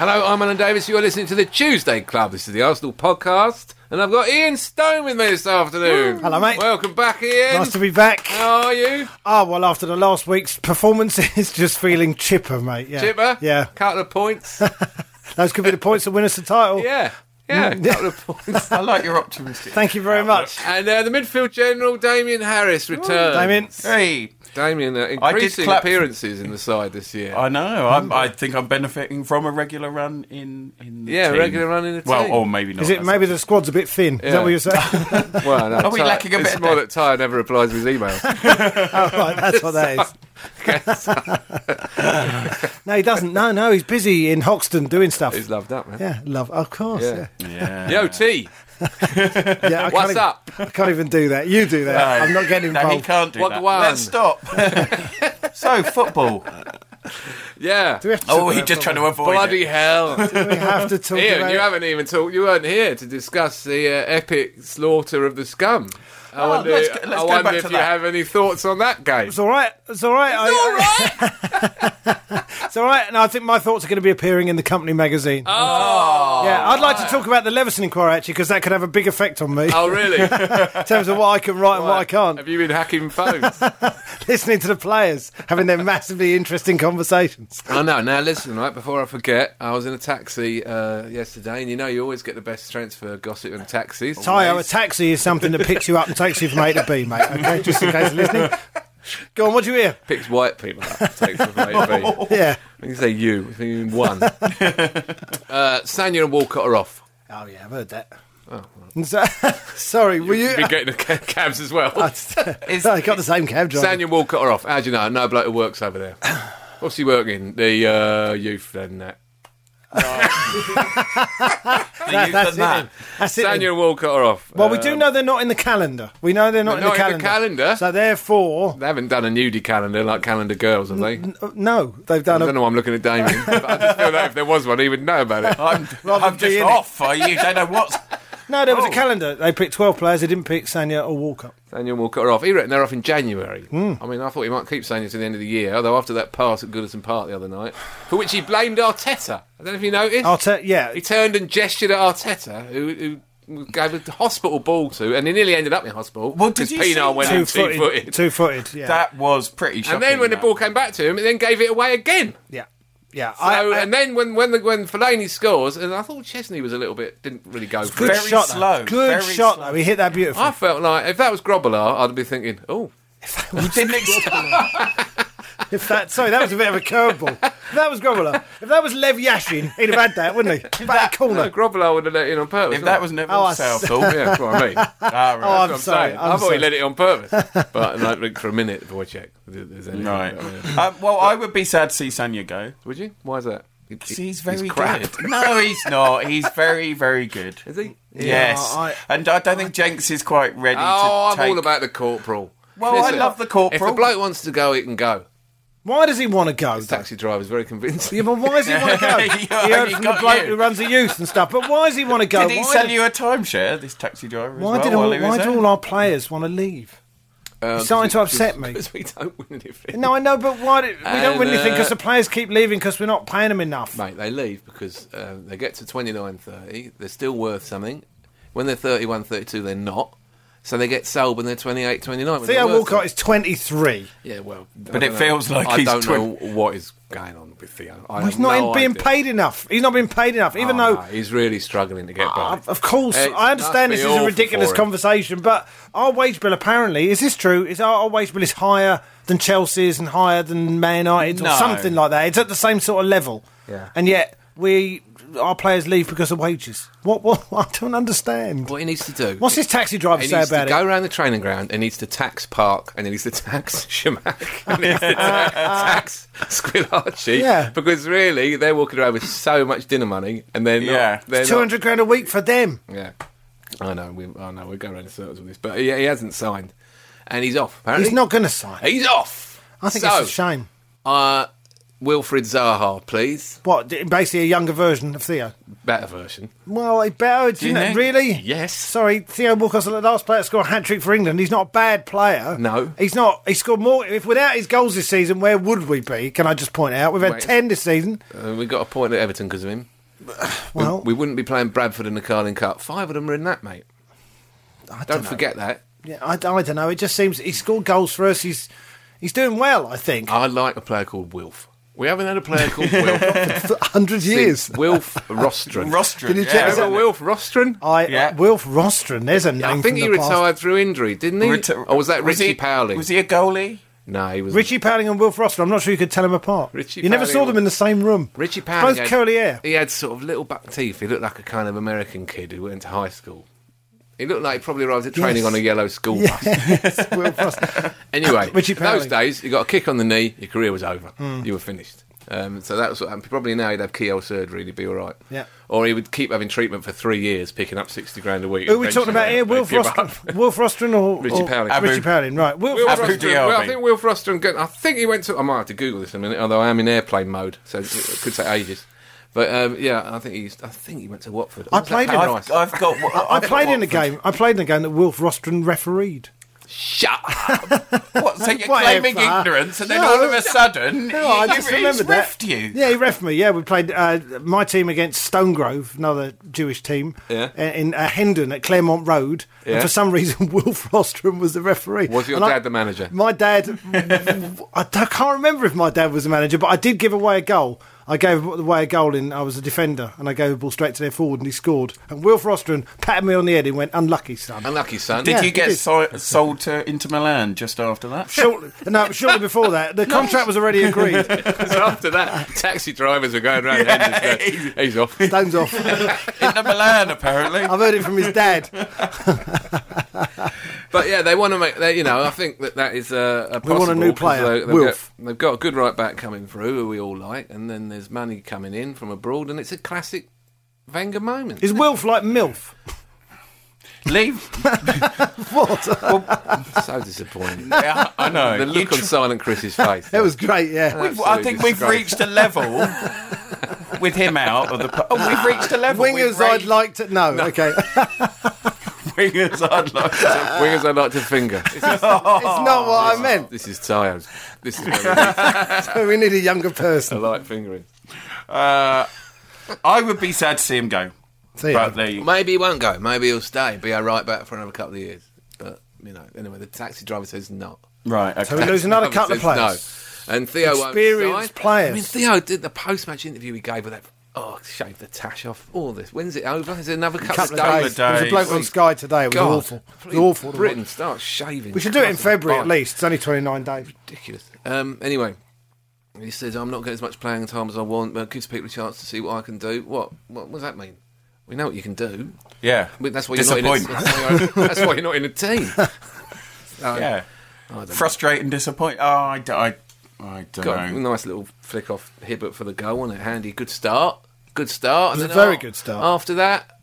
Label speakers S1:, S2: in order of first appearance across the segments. S1: Hello, I'm Alan Davis. You're listening to the Tuesday Club. This is the Arsenal podcast, and I've got Ian Stone with me this afternoon.
S2: Hello, mate.
S1: Welcome back, Ian.
S2: Nice to be back.
S1: How are you?
S2: Ah, well, after the last week's performances, just feeling chipper, mate. Yeah.
S1: Chipper?
S2: Yeah.
S1: Couple of points.
S2: Those could be the points that win us the title.
S1: yeah. Yeah,
S2: Mm.
S1: couple of points.
S3: I like your optimistic.
S2: Thank you very much.
S1: And uh, the midfield general, Damien Harris, returns.
S2: Damien.
S3: Hey,
S1: Damien, uh,
S3: I did
S1: increasing
S3: clap-
S1: appearances in the side this year.
S3: I know. I'm, I think I'm benefiting from a regular run in in the
S1: Yeah,
S3: team.
S1: regular run in the team.
S3: Well, or maybe not.
S2: Is it
S3: That's
S2: maybe the squad's a bit thin? Is
S1: Yeah.
S2: that what you're saying?
S1: Well, no,
S3: Are we
S1: Ty-
S3: lacking a
S1: it's
S3: bit of
S1: more
S3: that?
S1: that Ty never replies to his emails.
S2: oh, right, that's what that is. No, he doesn't. No, no, he's busy in Hoxton doing stuff.
S1: He's loved up, man.
S2: Yeah, love, of course.
S1: Yeah.
S3: Yeah.
S2: Yeah,
S1: Yo, T,
S2: yeah. I
S1: what's
S2: can't
S1: up?
S2: Even, I can't even do that. You do that.
S3: No.
S2: I'm not getting
S3: No, he
S2: involved.
S3: can't do
S1: What
S3: that.
S1: one?
S3: Let's stop. so football.
S1: Yeah.
S2: Do we have to
S3: Oh,
S2: talk
S3: he's
S2: about
S3: just trying to avoid
S1: Bloody
S3: it.
S1: hell.
S2: football? We have to talk
S1: Ian,
S2: about
S1: you
S2: it.
S1: haven't even talked. You weren't here to discuss the uh, epic slaughter of the scum. I
S3: Oh,
S1: wonder,
S3: let's go- let's
S1: I
S3: go
S1: wonder
S3: back
S1: if
S3: to
S1: you
S3: that.
S1: have any thoughts on that game.
S2: It's all right. It's all right. I- I- It's all right. And I think my thoughts are going to be appearing in the company magazine.
S1: Oh,
S2: Yeah, I'd like to talk about the Leveson inquiry actually because that could have a big effect on me
S1: oh, really?
S2: in terms of what I can write and what I can't.
S1: Have you been hacking phones?
S2: Listening to the players having their massively interesting conversations.
S1: I know. Oh, Now, listen, right, before I forget, I was in a taxi uh, yesterday, and you know you always get the best transfer gossip in taxis.
S2: Tyo, a taxi is something that picks you up and takes you from A to B, mate. Okay, just in case you're listening. Go on, what do you hear?
S1: Picks white people up, takes them from A to B.
S2: Yeah.
S1: When you say you, I think you mean one. uh, Sanya and Walcott are off.
S2: Oh yeah, I've heard that.
S1: Oh,
S2: And so- sorry, were you?
S1: Been getting the ca- cabs as well.
S2: I got the same cab driver.
S1: Sanya and Walcott are off. How do you know? I know a bloke who works over there. What's he working? The uh, youth and that.
S3: That, you've
S2: that's
S3: done that.
S2: it. That's it. then.
S1: Sanya and Walcott are off. Uh,
S2: Well, we do know they're not in the calendar. We know they're not,
S1: They're
S2: in, the
S1: not in the calendar.
S2: So therefore,
S1: They haven't done a nudie calendar like Calendar Girls, have they? I
S2: uh, no, they've done a
S1: don't know why I'm looking at Damien. but I just feel that if there was one, he would know about it.
S3: I'm,
S2: Rather
S3: I'm
S2: than
S3: just
S2: be in
S3: off. I you don't know what's.
S2: No, there was
S3: Oh.
S2: a calendar. They picked 12 players. They didn't pick Sanya or Walker.
S1: Sanya and Walcott are off. He reckon they're off in January.
S3: Hmm.
S1: I mean, I thought he might keep Sanya to the end of the year, although after that pass at Goodison Park the other night, for which he blamed Arteta. I don't know if you noticed.
S2: Arteta, yeah.
S1: He turned and gestured at Arteta, who, who gave a hospital ball to, and he nearly ended up in hospital.
S3: Well, did
S1: because
S3: you
S1: Pienaar
S3: see
S1: went
S3: that?
S1: in two-footed.
S2: Two-footed. Two-footed, yeah.
S3: That was pretty shocking.
S1: and then when the
S3: that.
S1: ball came back to him, he then gave it away again.
S2: yeah. Yeah.
S1: So, and then when when the, when Fellaini scores, and I thought Chesney was a little bit didn't really go for
S3: Very
S1: it.
S2: shot, though.
S3: slow,
S2: Good
S3: very
S2: shot,
S3: slow. Ah.
S2: though. He hit that beautifully.
S1: I felt like if that was Grobbelaar, I'd be thinking, oh,
S3: You didn't expect.
S2: If that, sorry, that was a bit of a curveball. if that was Grobbler, if that was Lev Yashin, he'd have had that, wouldn't he? Back corner.
S1: Grobbelaar would have let it in on purpose. wouldn't
S3: If that
S1: he?
S3: was never
S2: Oh, I
S3: South,
S2: s-
S3: all-
S1: yeah, that's what I mean. That's what
S3: Ah, right.
S2: Oh, I'm
S1: I'm
S2: sorry.
S1: saying.
S2: I'm
S1: i thought
S2: sorry.
S1: he let it on purpose, but I looked for a minute before I checked. if there's anything.
S3: Right. Um, well, I would be sad to see Sanya go.
S1: Would you? Why is that?
S3: Because he's very
S1: crap.
S3: good. No, he's not. He's very, very good.
S1: Is he?
S3: Yes.
S2: I-
S3: and I don't think Jenks is quite ready
S1: Oh,
S3: to
S1: I'm
S3: take...
S1: all about the corporal.
S3: Well, I love the corporal.
S1: If the bloke wants to go, he can go.
S2: Why does he want to go? though?
S1: Taxi driver's very convincing.
S2: Yeah, but why does he want to go?
S3: You only
S2: he heard from the
S3: got
S2: bloke
S3: you.
S2: who runs the youth and stuff. But why does he want to go?
S3: Did he
S2: why
S3: sell
S2: did-
S3: you a timeshare, this taxi driver? as
S2: why
S3: well,
S2: did all,
S3: while he was
S2: why do
S3: there?
S2: all our players want to leave?
S1: Um,
S2: It's starting to upset me.
S1: Because we don't win anything.
S2: No, I know, but why do, we don't
S1: And,
S2: win anything
S1: uh,
S2: because the players keep leaving because we're not paying them enough.
S1: Mate, they leave because um, they get to 29 30, they're still worth something. When they're 31 32, they're not. So they get sold when they're 28 29. when
S2: Theo
S1: they're worth
S2: Walcott
S1: it.
S2: is 23.
S1: Yeah, well.
S3: But it feels like
S1: I
S3: he's
S1: don't know
S3: twen-
S1: what is going on with Theo. I
S2: He's
S1: have
S2: not
S1: no
S2: in- being
S1: idea.
S2: paid enough. He's not being paid enough, even
S1: Oh, no,
S2: though.
S1: he's really struggling to get by.
S2: Of- Of course,
S1: It
S2: I
S1: must
S2: understand
S1: be
S2: this is a
S1: awful
S2: ridiculous
S1: for him.
S2: conversation, but our wage bill apparently is this true? Is our, our wage bill is higher than Chelsea's and higher than Man United's
S3: No.
S2: or something like that? It's at the same sort of level,
S1: Yeah.
S2: and yet we our players leave because of wages. What? What? I don't understand.
S1: What he needs to do.
S2: What's his taxi driver
S1: He
S2: say
S1: needs to
S2: about it?
S1: go around the training ground and needs to tax Park and he needs to tax Shamak and he needs to ta- tax Squillaci
S2: Yeah.
S1: because really they're walking around with so much dinner money and they're not.
S3: Yeah.
S1: they're
S2: Two hundred grand a week for them.
S1: not- Yeah, I know. We, I know. We're going around in circles with this, but yeah, he hasn't signed and he's off. Apparently,
S2: He's not going to sign.
S1: He's off.
S2: I think
S1: so,
S2: it's a shame.
S1: Uh, Wilfred Zaha, please.
S2: What? d- Basically, a younger version of Theo.
S1: Better version.
S2: Well, a better. Do you know,
S3: Didn't he?
S2: really?
S1: Yes.
S2: Sorry, Theo Walker's the last player to score a hat trick for England. He's not a bad player.
S1: No.
S2: he's not. He scored more. If without his goals this season, where would we be? Can I just point out we've had
S1: Wait.
S2: ten this season.
S1: Uh, we got a point at Everton because of him. We-
S2: Well,
S1: we, wouldn't be playing Bradford in the Carling Cup. Five of them are in that, mate.
S2: I
S1: Don't,
S2: don't, know.
S1: forget that.
S2: Yeah, I, I don't know. It just seems he scored goals for us. He's he's doing well. I think
S1: I like a player called Wilf. We haven't had a player called Wilf
S2: for hundred years.
S1: since Wilf Rostron.
S3: Rostron.
S2: Did he
S3: yeah,
S1: Remember
S2: check his-
S3: wasn't it?
S1: Wilf Rostron?
S2: I
S3: Yeah.
S2: uh, Wilf Rostron. There's a name.
S1: I think
S2: from
S1: he
S2: the past.
S1: retired through injury, didn't he?
S3: Reti-
S1: or Oh, was that
S3: was
S1: Richie
S3: he-
S1: Powley?
S3: Was he a goalie?
S1: No, he was.
S2: Richie Powling and Wilf Rostron. I'm not sure you could tell them apart.
S1: Richie
S2: you never
S1: Powling
S2: saw them
S1: was-
S2: in the same room.
S1: Richie Powley.
S2: Both
S1: had-
S2: curly hair.
S1: He had sort of little back teeth. He looked like a kind of American kid who went to high school. He looked like he probably arrived at training
S2: Yes.
S1: on a yellow school bus.
S2: Yes, Wilf Rostron.
S1: Anyway,
S2: Richie Hmm.
S1: those
S2: Powley.
S1: days, you got a kick on the knee, your career was over. You were finished. Um, so that was what happened. Probably now he'd have keel surgery and he'd be all right.
S2: Yeah.
S1: Or he would keep having treatment for three years, picking up 60 grand a week.
S2: Who are we talking about
S1: Eventually,
S2: here?
S1: they'd
S2: Wilf
S1: give
S2: Rostron,
S1: up.
S2: Wilf Rostron or
S1: Richie
S2: or-
S1: Powling.
S3: Abu.
S2: Richie Powling, right?
S1: Will
S2: Wilf
S3: Abu
S1: Rostron,
S3: Dhabi.
S1: well, I think Will Rostron. Go- I think he went to. I might have to Google this in a minute, although I am in airplane mode, so it could take ages. But um, yeah, I think he's. I think he went to Watford. Or
S2: I
S1: was that
S2: played him.
S1: Paradise?
S3: I've, I've got.
S2: I, I
S3: I've got
S2: played in a
S3: Watford.
S2: game. I played in a game that Wilf Rostron refereed.
S1: Shut up.
S3: What, so you're
S2: Whatever.
S3: claiming ignorance, and then
S2: No.
S3: all of a sudden,
S2: No, Oh, I
S3: he-
S2: just
S3: he's
S2: remembered that.
S3: riffed you.
S2: Yeah, he refed me. Yeah, we played uh, my team against Stonegrove, another Jewish team,
S1: Yeah.
S2: uh, in uh, Hendon at Claremont Road.
S1: Yeah.
S2: And for some reason, Wilf Rostrom was the referee.
S1: Was your
S2: And I-
S1: dad the manager?
S2: My dad, I d- I can't remember if my dad was the manager, but I did give away a goal. I gave away a goal in. I was a defender, and I gave the ball straight to their forward, and he scored. And Wilf Rostron patted me on the head and went, "Unlucky, son."
S1: Unlucky son.
S3: Did
S2: Yeah,
S3: you
S2: he
S3: get
S2: did.
S3: so- sold to Inter Milan just after that?
S2: Shortly, no, shortly before that, the contract was already agreed.
S1: Because after that, taxi drivers were going around. Hendon's going, he's off.
S2: Stones off.
S3: Inter Milan, apparently.
S2: I've heard it from his dad.
S1: But yeah, they want to make. They, you know, I think that that is a. a
S2: We want a
S1: possible,
S2: new
S1: 'cause
S2: player,
S1: They, they've,
S2: Wilf.
S1: Got, they've got a good right back coming through, who we all like, and then there's money coming in from abroad, and it's a classic Wenger moment.
S2: Is Wilf like MILF?
S3: Leave.
S2: What?
S1: so disappointing.
S3: Yeah, I know.
S1: The
S3: You
S1: look on
S3: tr-
S1: Silent Chris's face.
S2: That was great, yeah.
S1: Absolutely
S3: I think we've
S1: disgrace.
S3: reached a level with him out of the. po- Oh, we've reached a level.
S2: Wingers
S3: We've ra-
S2: I'd like to. No, okay. it's
S3: Wingers, I'd like. To.
S1: Wingers, I like to finger. This is,
S2: not
S1: Oh,
S2: what I uh, meant.
S1: this is Tyo's. This is what
S2: We need a younger
S1: I
S2: person.
S1: like fingering.
S3: Uh, I would be sad to see him go.
S1: Oh,
S2: See ya.
S3: But there you
S1: Maybe he won't go. Maybe he'll stay. Be a right back for another couple of years. But you know, anyway, the taxi driver says not.
S3: Right.
S2: So we
S3: Okay.
S2: lose another couple of
S1: Says
S2: players.
S1: No. And Theo won't
S2: Experienced
S1: sign.
S2: players.
S1: I mean, Theo did the post-match interview he gave with that. Oh, shave the tash off. All this. When's it over? Is it another couple,
S2: Couple
S1: of days?
S2: of days. There was a
S3: days.
S2: bloke on Sky today. It was
S1: God,
S2: awful. It was
S1: please,
S2: awful. to
S1: Britain,
S2: watch.
S1: start shaving.
S2: We should do it in
S1: Christ, I'm
S2: February at
S1: fine.
S2: least. It's only 29 days.
S1: ridiculous. Um, anyway, he says, I'm not getting as much playing time as I want, but it gives people a chance to see what I can do. What? What, what does that mean? We know what you can do.
S3: Yeah.
S1: But that's why you're not in a,
S3: disappointment.
S1: that's why you're, that's why you're not in a team.
S3: yeah.
S1: I don't
S3: Frustrating, disappointing. Oh, I, d- I, I don't
S1: Got a
S3: know.
S1: nice little flick off Hibbert for the goal, wasn't it? Handy. Good start. Good start.
S2: It was
S1: And
S2: a
S1: then
S2: very
S1: a-
S2: good start.
S1: After that,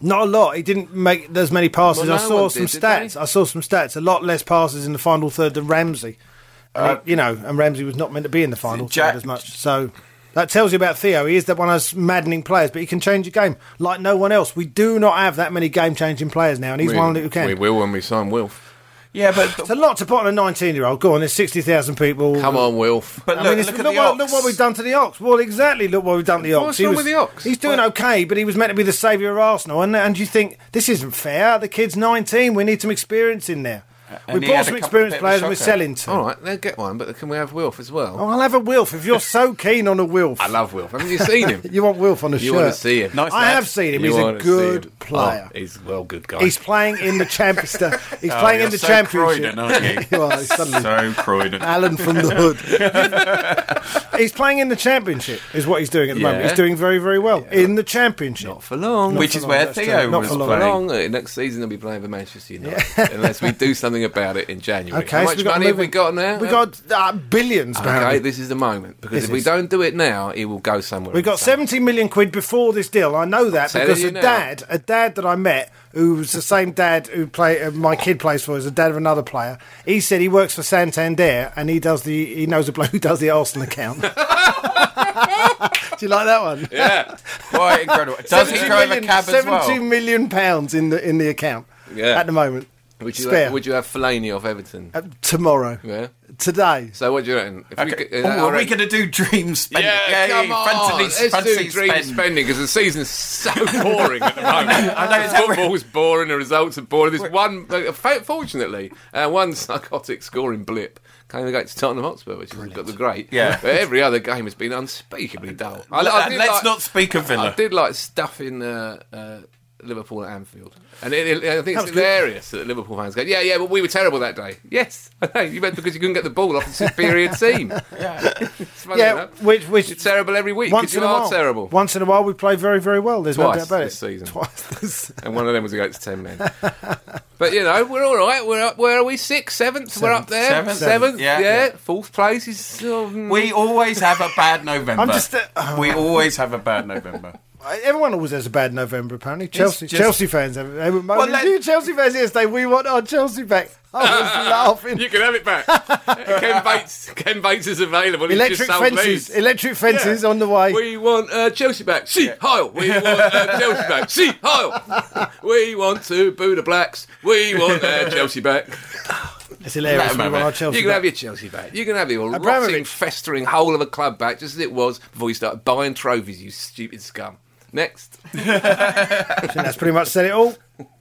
S2: Not a lot. He didn't make as many passes.
S1: Well,
S2: I
S1: no
S2: saw
S1: one
S2: some
S1: did, did
S2: stats.
S1: they?
S2: I saw some stats. A lot less passes in the final third than Ramsey. And he- you know, and Ramsey was not meant to be in the final
S3: Jack-
S2: third as much. So that tells you about Theo. He is that one of those maddening players, but he can change a game like no one else. We do not have that many game changing players now, and he's one who can.
S1: We will when we sign Wilf.
S3: Yeah, but
S2: It's a lot to put on a 19 year old. Go on, there's 60,000 people.
S1: Come on, Wilf.
S3: but
S2: I
S3: look,
S2: mean, it's-
S3: look,
S2: look,
S3: at the
S2: what,
S3: Ox.
S2: look what we've done to the Ox. Well, exactly, look what we've done to the Ox.
S1: What's
S2: He
S1: wrong
S2: was-
S1: with the Ox?
S2: He's doing okay, but he was meant to be the saviour of Arsenal. And, and you think, this isn't fair. The kid's 19. We need some experience in there.
S3: and
S2: we
S3: he
S2: bought
S3: had
S2: some
S3: a couple-
S2: experienced
S3: bit of a
S2: players and we're
S3: shocker. Oh.
S2: selling to.
S1: All right, they'll get one, but can we have Wilf as well?
S2: Oh, I'll have a Wilf if you're so keen on a Wilf.
S1: I love Wilf. Haven't you seen him?
S2: you want Wilf on a
S1: you
S2: shirt.
S1: want to see him.
S3: Nice
S2: I
S3: lad.
S2: have seen him.
S1: You
S2: he's a
S1: wanna see him.
S2: good
S1: Oh,
S2: player.
S1: he's well good guy.
S2: he's playing in the championship. he's
S3: Oh,
S2: playing
S3: you're
S2: in the
S3: so
S2: championship.
S3: Croydon, aren't you?
S2: You are, suddenly.
S3: so Croydon.
S2: Alan from the hood. he's playing in the championship, is what he's doing at the moment.
S1: Yeah.
S2: He's doing very, very well in the championship.
S1: not for long.
S3: Which
S1: Not
S3: is
S1: for
S3: where
S1: long,
S2: that's
S3: Theo
S2: true. Not
S3: was
S2: for long.
S1: Not for
S3: playing.
S1: long. Uh, Next season they'll be playing for Manchester United unless we do something about it in January.
S2: okay,
S1: How
S2: so
S1: much
S2: we've got
S1: money have we
S2: moving-
S1: got now?
S2: We got uh, billions.
S1: Okay,
S2: apparently.
S1: this is the moment because
S2: This
S1: if we
S2: is-
S1: don't do it now, it will go somewhere.
S2: we got
S1: insane.
S2: seventy million quid before this deal. I know that
S1: Telling
S2: because
S1: you
S2: a
S1: now.
S2: dad, a dad that I met who was the same dad who play uh, my kid plays for, is the dad of another player. He said he works for Santander and he does the he knows a bloke who does the Arsenal account. Do you like that one?
S1: Yeah.
S3: Quite incredible. Does he
S2: 70
S3: drive a
S2: million-
S3: cab as well?
S2: 72 million pounds in the in the account
S1: Yeah.
S2: at the moment.
S1: Would you,
S2: Spare
S1: have, would you have Fellaini off Everton?
S2: Uh, tomorrow,
S1: Yeah.
S2: today.
S1: So what do you reckon? If
S3: Okay.
S1: could- uh, I
S3: oh, are we
S1: reckon-
S3: going to do dream spending?
S1: Yeah, come on.
S3: Fantasy,
S1: Let's
S3: fantasy
S1: do dream
S3: spend.
S1: spending because the season's so boring at the moment.
S3: I know, it's outrageous.
S1: Football's boring. The results are boring. This one, uh, fa- fortunately, uh, one psychotic scoring blip came against Tottenham Hotspur, which has got the great.
S3: Yeah.
S1: But every other game has been unspeakably dull. I,
S3: Let-
S1: did
S3: Let's
S1: like-
S3: not speak of
S1: I
S3: Villa.
S1: did like stuff in uh, uh, Liverpool at Anfield, and it, it- I think it's
S2: was good.
S1: hilarious that Liverpool fans go, "Yeah, yeah, but we were terrible that day." Yes, I know. You meant because you couldn't get the ball off a superior team. It's funny
S2: Yeah,
S1: enough.
S2: which which
S1: You're terrible every week.
S2: once
S1: 'cause
S2: in
S1: you
S2: a
S1: are
S2: while,
S1: terrible.
S2: once in a while we play very very well. There's
S1: Twice
S2: no doubt about
S1: this
S2: it.
S1: season.
S2: Twice this
S1: and one of them was against ten men. but you know, we're all right. We're up. Where are we? Sixth, seventh. We're up there.
S3: Seventh.
S1: Seventh,
S3: Yeah,
S1: Yeah,
S3: yeah.
S1: Fourth place is. mm. sort of-
S3: We always have a bad November.
S2: I'm just, uh, oh.
S3: we always have a bad November.
S2: Everyone always has a bad November, apparently. Chelsea,
S3: just-
S2: Chelsea fans have. They were moaning,
S3: let-
S2: "You Chelsea fans yesterday. We want our Chelsea back. I was laughing.
S1: you can have it back. Ken Bates. Ken Bates is available. He's
S2: Electric
S1: just sold
S2: fences,
S1: these.
S2: electric fences on the way.
S1: We want uh, Chelsea back. See Heil. We want uh, Chelsea back. See Heil. We want to boo the blacks. We want uh, Chelsea back.
S2: it's hilarious. We
S3: Let 'em
S2: want
S3: have
S2: our
S3: it.
S2: Chelsea
S1: you can
S2: back.
S1: have your Chelsea back. You can have your
S2: Abramovich.
S1: rotting, festering hole of a club back, just as it was before you started buying trophies. You stupid scum. Next.
S2: I think that's pretty much said it all.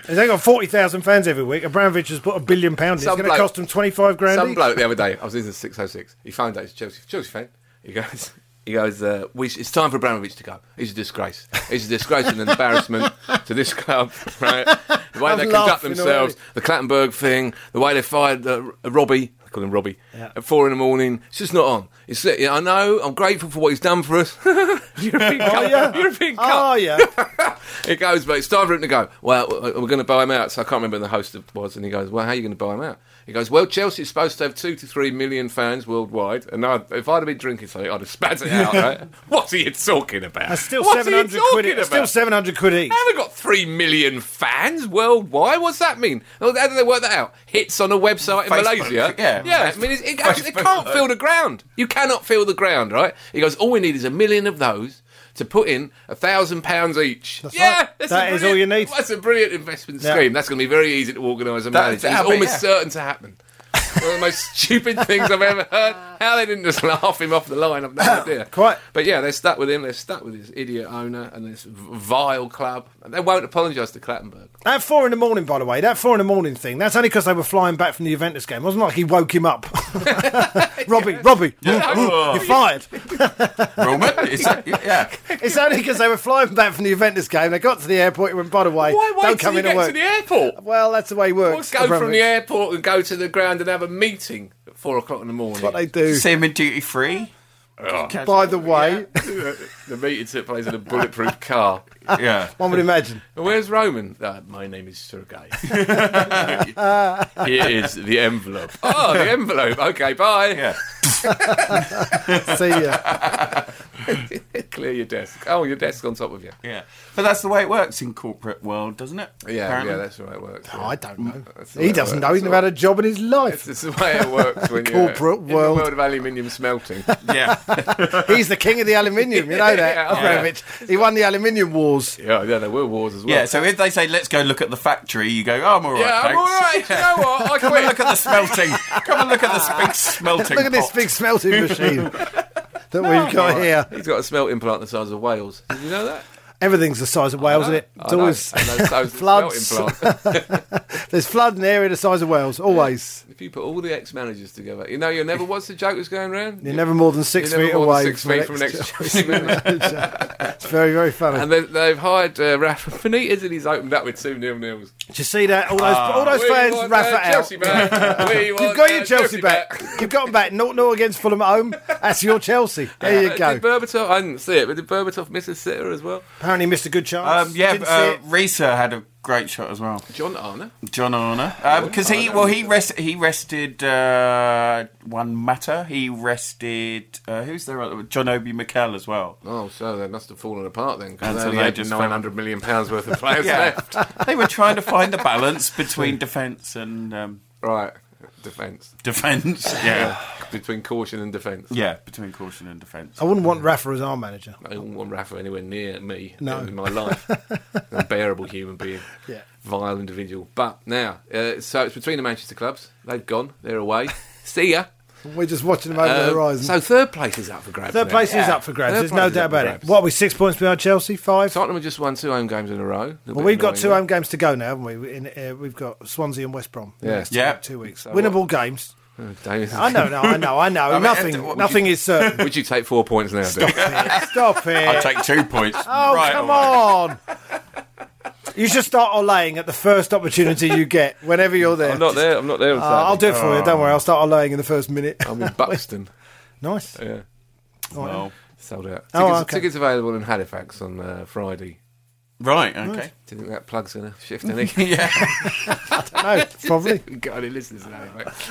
S2: They've got forty thousand fans every week. Abramovich has put a billion pounds. in. It's
S1: Some
S2: going to
S1: bloke-
S2: cost them twenty-five grand.
S1: Some
S2: each.
S1: bloke the other day, I was in the 606, he phoned out, he's a Chelsea, Chelsea fan. He goes, he goes uh, we, sh- it's time for Abramovich to go. He's a disgrace. He's a disgrace and an embarrassment to this club, right? The way
S2: I'm
S1: they conduct
S2: laughing
S1: themselves,
S2: already.
S1: the Clattenburg thing, the way they fired uh, R- Robbie, I call him Robbie,
S2: Yeah.
S1: at four in the morning, it's just not on. It's, uh, I know, I'm grateful for what he's done for us. European Cup.
S2: Oh, yeah.
S1: European Cup.
S2: Oh yeah.
S1: It goes, but it's time for him to go. Well, we're going to buy him out. So I can't remember who the host was, and he goes, "Well, how are you going to buy him out?" He goes, "Well, Chelsea's supposed to have two to three million fans worldwide, and i if I'd have been drinking something, I'd have spat it out." Right? what are you talking about?
S2: That's still
S1: what
S2: seven
S1: are you
S2: hundred quid.
S1: talking
S2: That's
S1: about?
S2: Still seven hundred quid each.
S1: I haven't got three million fans worldwide. What's that mean? How do they work that out? Hits on a website in
S3: Facebook,
S1: Malaysia.
S3: yeah.
S1: yeah. I mean, it's, it, actually, it
S3: Facebook.
S1: can't fill the ground. You cannot fill the ground, right? He goes, all we need is a million of those to put in a thousand pounds each. yeah,
S2: right.
S1: that's
S2: That
S1: a
S2: is
S1: brilliant-
S2: all you need.
S1: That's a brilliant investment
S2: Yeah.
S1: scheme. That's going to be very easy to organise and
S3: That-
S1: manage.
S3: that-
S1: It's
S3: but
S1: almost
S3: yeah.
S1: certain to happen. One of the most stupid things I've ever heard. How they didn't just laugh him off the line, I've no idea.
S2: Quite.
S1: But yeah, they're stuck with him. They're stuck with this idiot owner and this v- vile club. They won't apologise to Clattenburg.
S2: That four in the morning, by the way, that four in the morning thing, that's only because they were flying back from the Juventus game. It wasn't like he woke him up. Robbie, Robbie,
S3: Yeah.
S2: you're fired.
S3: Roman? Is that, yeah.
S2: It's only because they were flying back from the Juventus game. They got to the airport and went, by the way,
S1: Why wait
S2: don't
S1: till
S2: come
S1: you
S2: in
S1: get
S2: and
S1: to
S2: work.
S1: the airport?
S2: Well, that's the way he
S1: Or
S2: works.
S1: go from the
S2: Abramovich.
S1: airport and go to the ground and have a meeting at four o'clock in the morning.
S2: What they do.
S3: See him in duty free?
S2: By the way,
S1: the meeting took place in a bulletproof car.
S3: Yeah.
S2: one would imagine.
S1: And Where's Roman? Uh, my name is Sergei. Here is the envelope. Oh, the envelope. Okay, bye.
S3: Yeah.
S2: See ya.
S1: Clear your desk. Oh, your desk on top of you.
S3: Yeah. But that's the way it works in corporate world, doesn't it?
S1: Yeah,
S3: Apparently.
S1: yeah, that's the way it works. yeah. Mm.
S2: I don't know.
S1: That's the way
S2: He
S1: it
S2: doesn't
S1: works.
S2: know. He's never had a job in his life.
S1: That's the way it works when you're
S2: Corporate
S1: in
S2: world.
S1: the world of aluminium smelting.
S3: yeah.
S2: He's the king of the aluminium. You know that,
S1: Yeah.
S2: Abramovich. He won the aluminium wars.
S1: yeah, yeah, there were wars as well.
S3: Yeah. So if they say, let's go look at the factory, you go, oh, I'm all right.
S1: yeah, I'm
S3: thanks."
S1: all right. You know what? I
S3: Come and
S1: quit.
S3: look at the smelting. Come and look at this big smelting.
S2: Look at this
S3: pot.
S2: big smelting machine that we've got here.
S1: He's got a smelting plant the size of Wales. Did you know that?
S2: Everything's the size of Wales, isn't it?
S1: I
S2: It's
S1: know.
S2: always
S1: I know, so is the
S2: floods.
S1: smelting plant.
S2: there's flood in the area the size of Wales. Always,
S1: if you put all the ex-managers together, you know, you never. What's the joke that's going round?
S2: you're never more than
S1: You're
S2: six
S1: never
S2: feet
S1: more than
S2: away.
S1: Six feet from next.
S2: it's very, very funny.
S1: And they've, they've hired uh, Rafa Benitez and he's opened up with two nil nils.
S2: Did you see that? All those, all those
S1: We
S2: fans,
S1: want,
S2: Rafa
S1: uh,
S2: out.
S1: Chelsea back. We
S2: You've
S1: want,
S2: got
S1: uh,
S2: your Chelsea back. You've got them back. 0 0 against Fulham at home. That's your Chelsea. There you
S1: Uh,
S2: go.
S1: Did Berbatov? I didn't see it, but did Berbatov miss a sitter as well?
S2: Apparently, missed a good chance.
S3: Um, yeah,
S2: Didn't see
S3: uh,
S2: it.
S3: Risa had a great shot as well.
S1: John Arner.
S3: John Arna, because
S2: Oh,
S3: he well he rest, he rested uh, one matter. He rested uh, who's there? other- John Obi Mikel as well.
S1: Oh, so they must have fallen apart then
S3: And
S1: because
S3: so
S1: they only
S3: they
S1: had
S3: just
S1: nine hundred million pounds worth of players left.
S3: they were trying to find the balance between defence and um,
S1: Right, defence
S3: defence. Yeah,
S1: between caution and defence.
S3: yeah, between caution and defence.
S2: I wouldn't want Rafa as our manager.
S1: I wouldn't want Rafa anywhere near me
S2: No.
S1: in my life. Unbearable human being.
S2: Yeah.
S1: Vile individual. But now, uh, so it's between the Manchester clubs. They've gone. They're away. See ya.
S2: We're just watching them over
S1: Uh,
S2: the horizon.
S1: so third place is up for grabs.
S2: Third
S1: now.
S2: place is
S3: yeah.
S2: up for grabs.
S1: Third
S2: There's
S1: place
S2: no
S1: is up
S2: doubt
S1: for
S2: about it.
S1: grabs.
S2: What are we six points behind Chelsea? Five.
S1: Tottenham have just won two home games in a row. A
S2: Well,
S1: bit
S2: we've got two
S1: annoying.
S2: home games to go now, haven't we? We- In, uh, we've got Swansea and West Brom.
S1: Yeah.
S2: Next
S3: Yeah.
S2: two weeks.
S1: So
S2: Winnable games.
S1: Oh, Davis.
S2: I know, no, I know, I know.
S3: mean,
S2: nothing,
S3: and what would
S2: nothing is certain.
S1: Would you take four points now, Stop.
S2: Stop it!
S3: I'll take two points.
S2: oh,
S3: right
S2: come
S3: away.
S2: on! you should start olaying at the first opportunity you get, whenever you're there.
S1: I'm not
S2: Just-
S1: there. Oh. I'm not there. On
S2: Uh, I'll do
S1: Saturday.
S2: it for you. Don't worry. I'll start olaying in the first minute.
S1: I'm in Buxton.
S2: nice.
S1: yeah.
S3: Well,
S1: Sold out. Tickets,
S2: Oh, okay.
S1: tickets available in Halifax on uh, Friday.
S3: right, okay.
S1: Do you think that plug's going to shift any?
S3: Yeah,
S2: No, probably.
S1: Got any listeners in Halifax?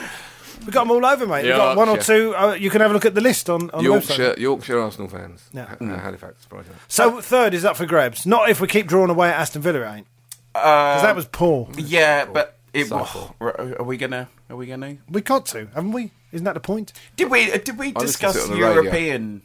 S2: We've got them all over, mate. We've got one or two. Uh, you can have a look at the list on, on the website.
S1: Yorkshire, Yorkshire Arsenal fans.
S2: Yeah. Mm.
S1: Ha- uh, Halifax, surprisingly.
S2: So third is up for grabs. Not if we keep drawing away at Aston Villa, it ain't. Because
S3: Um,
S2: that was poor.
S3: Uh, yeah, but it.
S1: So
S3: Oh, are we gonna? Are we gonna?
S2: We got to, haven't we? Isn't that the point?
S3: Did we? uh, Did we
S1: listened to it
S3: discuss
S1: on the radio.
S3: European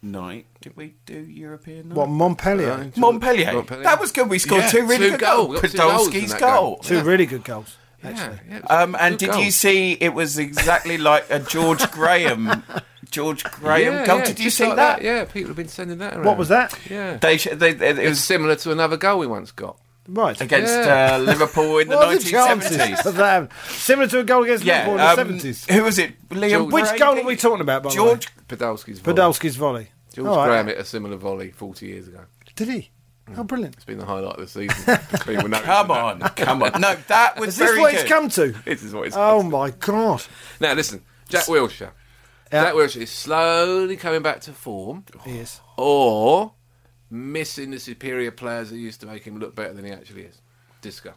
S3: night? Did we do European night?
S2: What Montpellier?
S3: Montpellier.
S1: Montpellier.
S3: That was good. We scored
S1: Yeah,
S3: two really
S1: two
S3: good
S1: goal.
S3: goals.
S1: We got two goals in
S3: Podolski's
S1: that
S3: goal.
S2: Two really good goals.
S1: Yeah, yeah, it was
S3: Um, and
S1: good
S3: did
S1: goal.
S3: you see it was exactly like a George Graham George Graham
S1: Yeah,
S3: goal?
S1: yeah,
S3: did you
S1: just
S3: see
S1: like
S3: that?
S1: Yeah, people have been sending that around.
S2: What was that?
S1: Yeah.
S3: They, sh- they, they, it
S1: it was
S3: was
S1: similar to another goal we once got.
S2: Right.
S3: against
S1: Yeah.
S3: uh, Liverpool in the
S2: What are the chances
S3: 1970s.
S2: of that? happening? Similar to a goal against
S3: Yeah,
S2: Liverpool in the
S3: um,
S2: seventies.
S3: who was it? Liam
S1: George-
S2: Which
S3: Brady?
S2: goal are we talking about? By
S3: George.
S1: Podolski's volley.
S2: Podolski's volley.
S1: George
S2: All right.
S1: Graham hit a similar volley 40 years ago.
S2: Did he? How brilliant!
S1: It's been the highlight of the season. People notice
S3: Come
S1: that.
S3: on, come on. No, that was
S2: Is this
S3: very
S2: what
S3: good.
S2: it's come to?
S1: This is what it's
S2: Oh my god!
S1: Now listen, Jack Wilshere.
S2: Yeah.
S1: Jack Wilshere is slowly coming back to form,
S2: Yes.
S1: or missing the superior players that used to make him look better than he actually is. Discuss.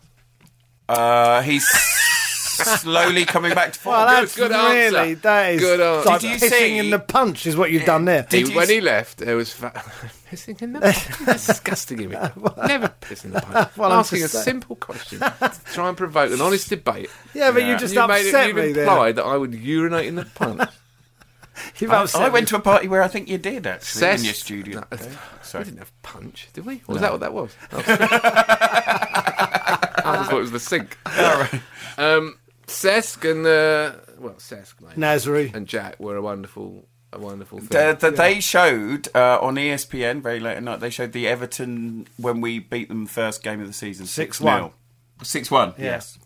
S3: Uh, he's slowly coming back to form.
S2: Well, that's
S1: good answer.
S2: really that is
S1: Good answer.
S2: like
S3: Did you
S2: pissing
S3: see-
S2: in the punch is what you've done there.
S3: Did
S1: He-
S3: you
S1: when
S3: s-
S1: he left, there was fa- pissing in the punch. disgusting him. Never pissing the punch.
S2: Well, I'm
S1: asking a
S2: just saying.
S1: simple question to try and provoke an honest debate.
S2: Yeah, but
S3: Yeah.
S2: you just
S1: you made
S2: upset
S1: it, you
S2: me there.
S1: implied that I would urinate in the punch.
S2: You've upset
S3: I
S2: me.
S3: went to a party where I think you did actually
S1: Cess-
S3: in your studio.
S1: No. We
S3: Sorry.
S1: didn't have punch, did we? Or Was that what that was? Oh, sorry. I thought it was the sink. Um, Sesk and uh, well, Sesk mate,
S2: Nasri.
S1: and Jack were a wonderful, a wonderful thing.
S3: The, the, Uh, They showed uh, on ESPN very late at night. They showed the Everton when we beat them first game of the season
S2: 6-1.
S3: 6 1, yes.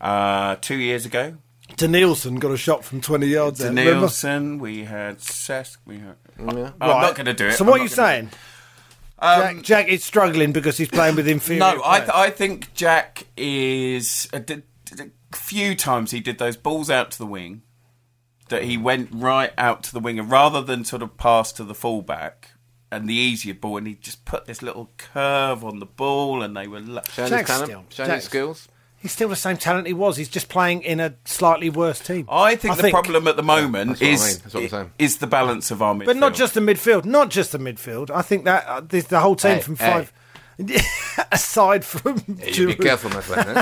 S3: Uh, two years ago.
S2: To Nielsen got a shot from 20 yards.
S3: To
S2: there, remember?
S3: Nielsen, we had Sesk. We had, I'm
S2: Right.
S3: not going to do it.
S2: So
S3: I'm
S2: what
S3: not
S2: are you
S3: gonna-
S2: saying?
S1: Um,
S2: Jack, Jack is struggling because he's playing with inferior.
S3: No, I,
S2: players.
S3: th- I think Jack is. uh, A d- d- few times he did those balls out to the wing, that he went right out to the winger rather than sort of pass to the fullback and the easier ball, and he just put this little curve on the ball, and they were. Lo-
S1: Showing his
S2: Jack's
S1: talent,
S2: still-
S1: showing
S2: Jack's-
S1: his skills.
S2: he's still the same talent he was. He's just playing in a slightly worse team.
S3: I think the problem at the moment
S1: Yeah, that's what I mean.
S3: is
S1: That's what I'm saying.
S3: is the balance of our midfield.
S2: but not just the midfield. Not just the midfield. I think that uh, the, the whole team
S1: Hey,
S2: from
S1: hey.
S2: five. aside from,
S1: You be
S2: Giroud.
S1: careful, my friend.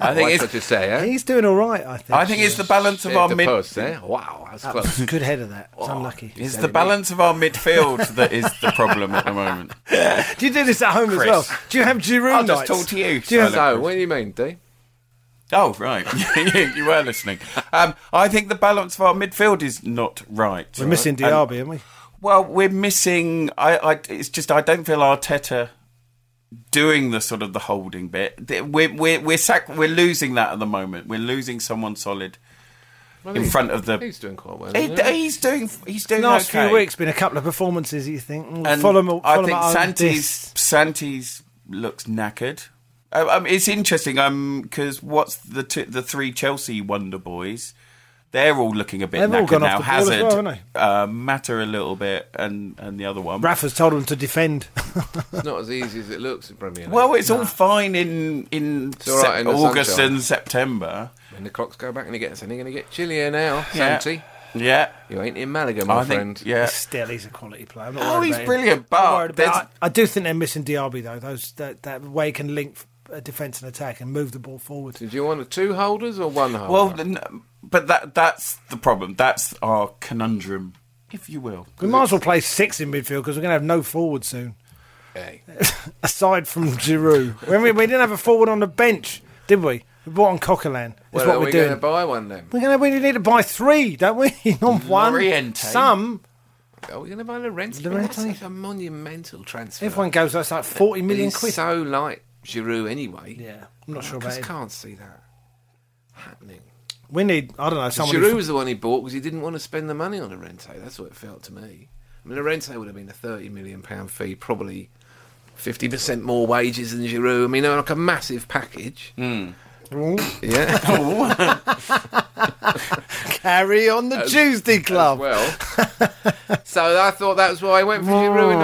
S3: I think it's.
S1: what you say, eh?
S2: he's doing all right. I think.
S3: I think it's the balance of
S1: Hit
S3: our
S1: the
S3: mid.
S1: post, eh? Wow, that's close.
S2: good header. That it's
S3: Oh,
S2: unlucky.
S3: It's the balance of our midfield that is the problem at the moment.
S2: Do you do this at home
S3: Chris.
S2: as well? Do you have Giroud
S3: I'll just
S2: nights?
S3: talk to you.
S2: Do you have-
S1: so, what do you mean, D?
S3: Oh right, you were listening. Um, I think the balance of our midfield is not right.
S2: We're missing
S3: And-
S2: Diaby, aren't we?
S3: well, we're missing. I, I, it's just I don't feel Arteta doing the sort of the holding bit. Th- We're we're we're, sac- we're losing that at the moment. We're losing someone solid
S1: Hmm.
S3: in front of the.
S1: He's doing quite well.
S3: He,
S1: isn't he?
S3: he's doing. He's doing.
S2: last
S3: okay.
S2: few weeks been a couple of performances. You think? mm,
S3: And
S2: follow 'em all-
S3: I
S2: follow 'em
S3: think
S2: at home,
S3: Santi's
S2: this.
S3: Santi's looks knackered. Um, um, it's interesting because what's the two, the three Chelsea wonder boys? They're all looking a bit
S2: They've all
S3: knackered
S2: gone off
S3: now.
S2: the ball as
S3: Hazard,
S2: well, haven't
S3: uh, Matter a little bit, and, and the other one.
S2: Rafa's told them to defend.
S1: It's not as easy as it looks in Premier League.
S3: Well, it's all fine in in,
S1: all right in the
S3: August
S1: sunshine.
S3: and September.
S1: when the clocks go back and it gets, and you're going to get chillier now,
S3: Yeah.
S1: Santi.
S3: Yeah,
S1: You ain't in Malaga, my
S3: I
S1: friend.
S3: think. Yeah.
S2: Still, he's a quality player. I'm not
S3: Oh,
S2: worried
S3: he's
S2: about him.
S3: brilliant,
S2: Not worried
S3: but
S2: about-
S3: there's,
S2: I, I do think they're missing Diaby though. Those that that way he can link a defence and attack and move the ball forward.
S1: Did you want a two holders or one holder?
S3: well, then, but that that's the problem. That's our conundrum, if you will.
S2: We might as well play six in midfield because we're going to have no forward soon,
S1: Hey.
S2: aside from Giroud. when we, we didn't have a forward on the bench, did we? We bought on Coquelin.
S1: Well,
S2: That's what
S1: are
S2: we're
S1: we
S2: doing.
S1: going to buy one then?
S2: we're going to. We need to buy three, don't we? Not one.
S3: Loriente.
S2: Some.
S1: Are we going to buy Lorenzo?
S2: Llorente?
S1: That's a monumental transfer.
S2: Everyone goes. That's like forty
S1: But
S2: million
S1: he's
S2: quid.
S1: so like Giroud anyway.
S2: yeah, I'm not sure
S1: I
S2: about
S1: just
S2: it.
S1: can't see that happening.
S2: We need. I don't know. Someone. who-
S1: Giroud was the one he bought because he didn't want to spend the money on Lorente. That's what it felt to me. I mean, Lorente would have been a thirty million pound fee, probably fifty percent more wages than Giroud. I mean, they're like a massive package.
S2: Mm.
S1: Yeah,
S2: Oh, Carry on the Tuesday
S1: as
S2: club.
S1: well. so I thought that's why I went for Giroud in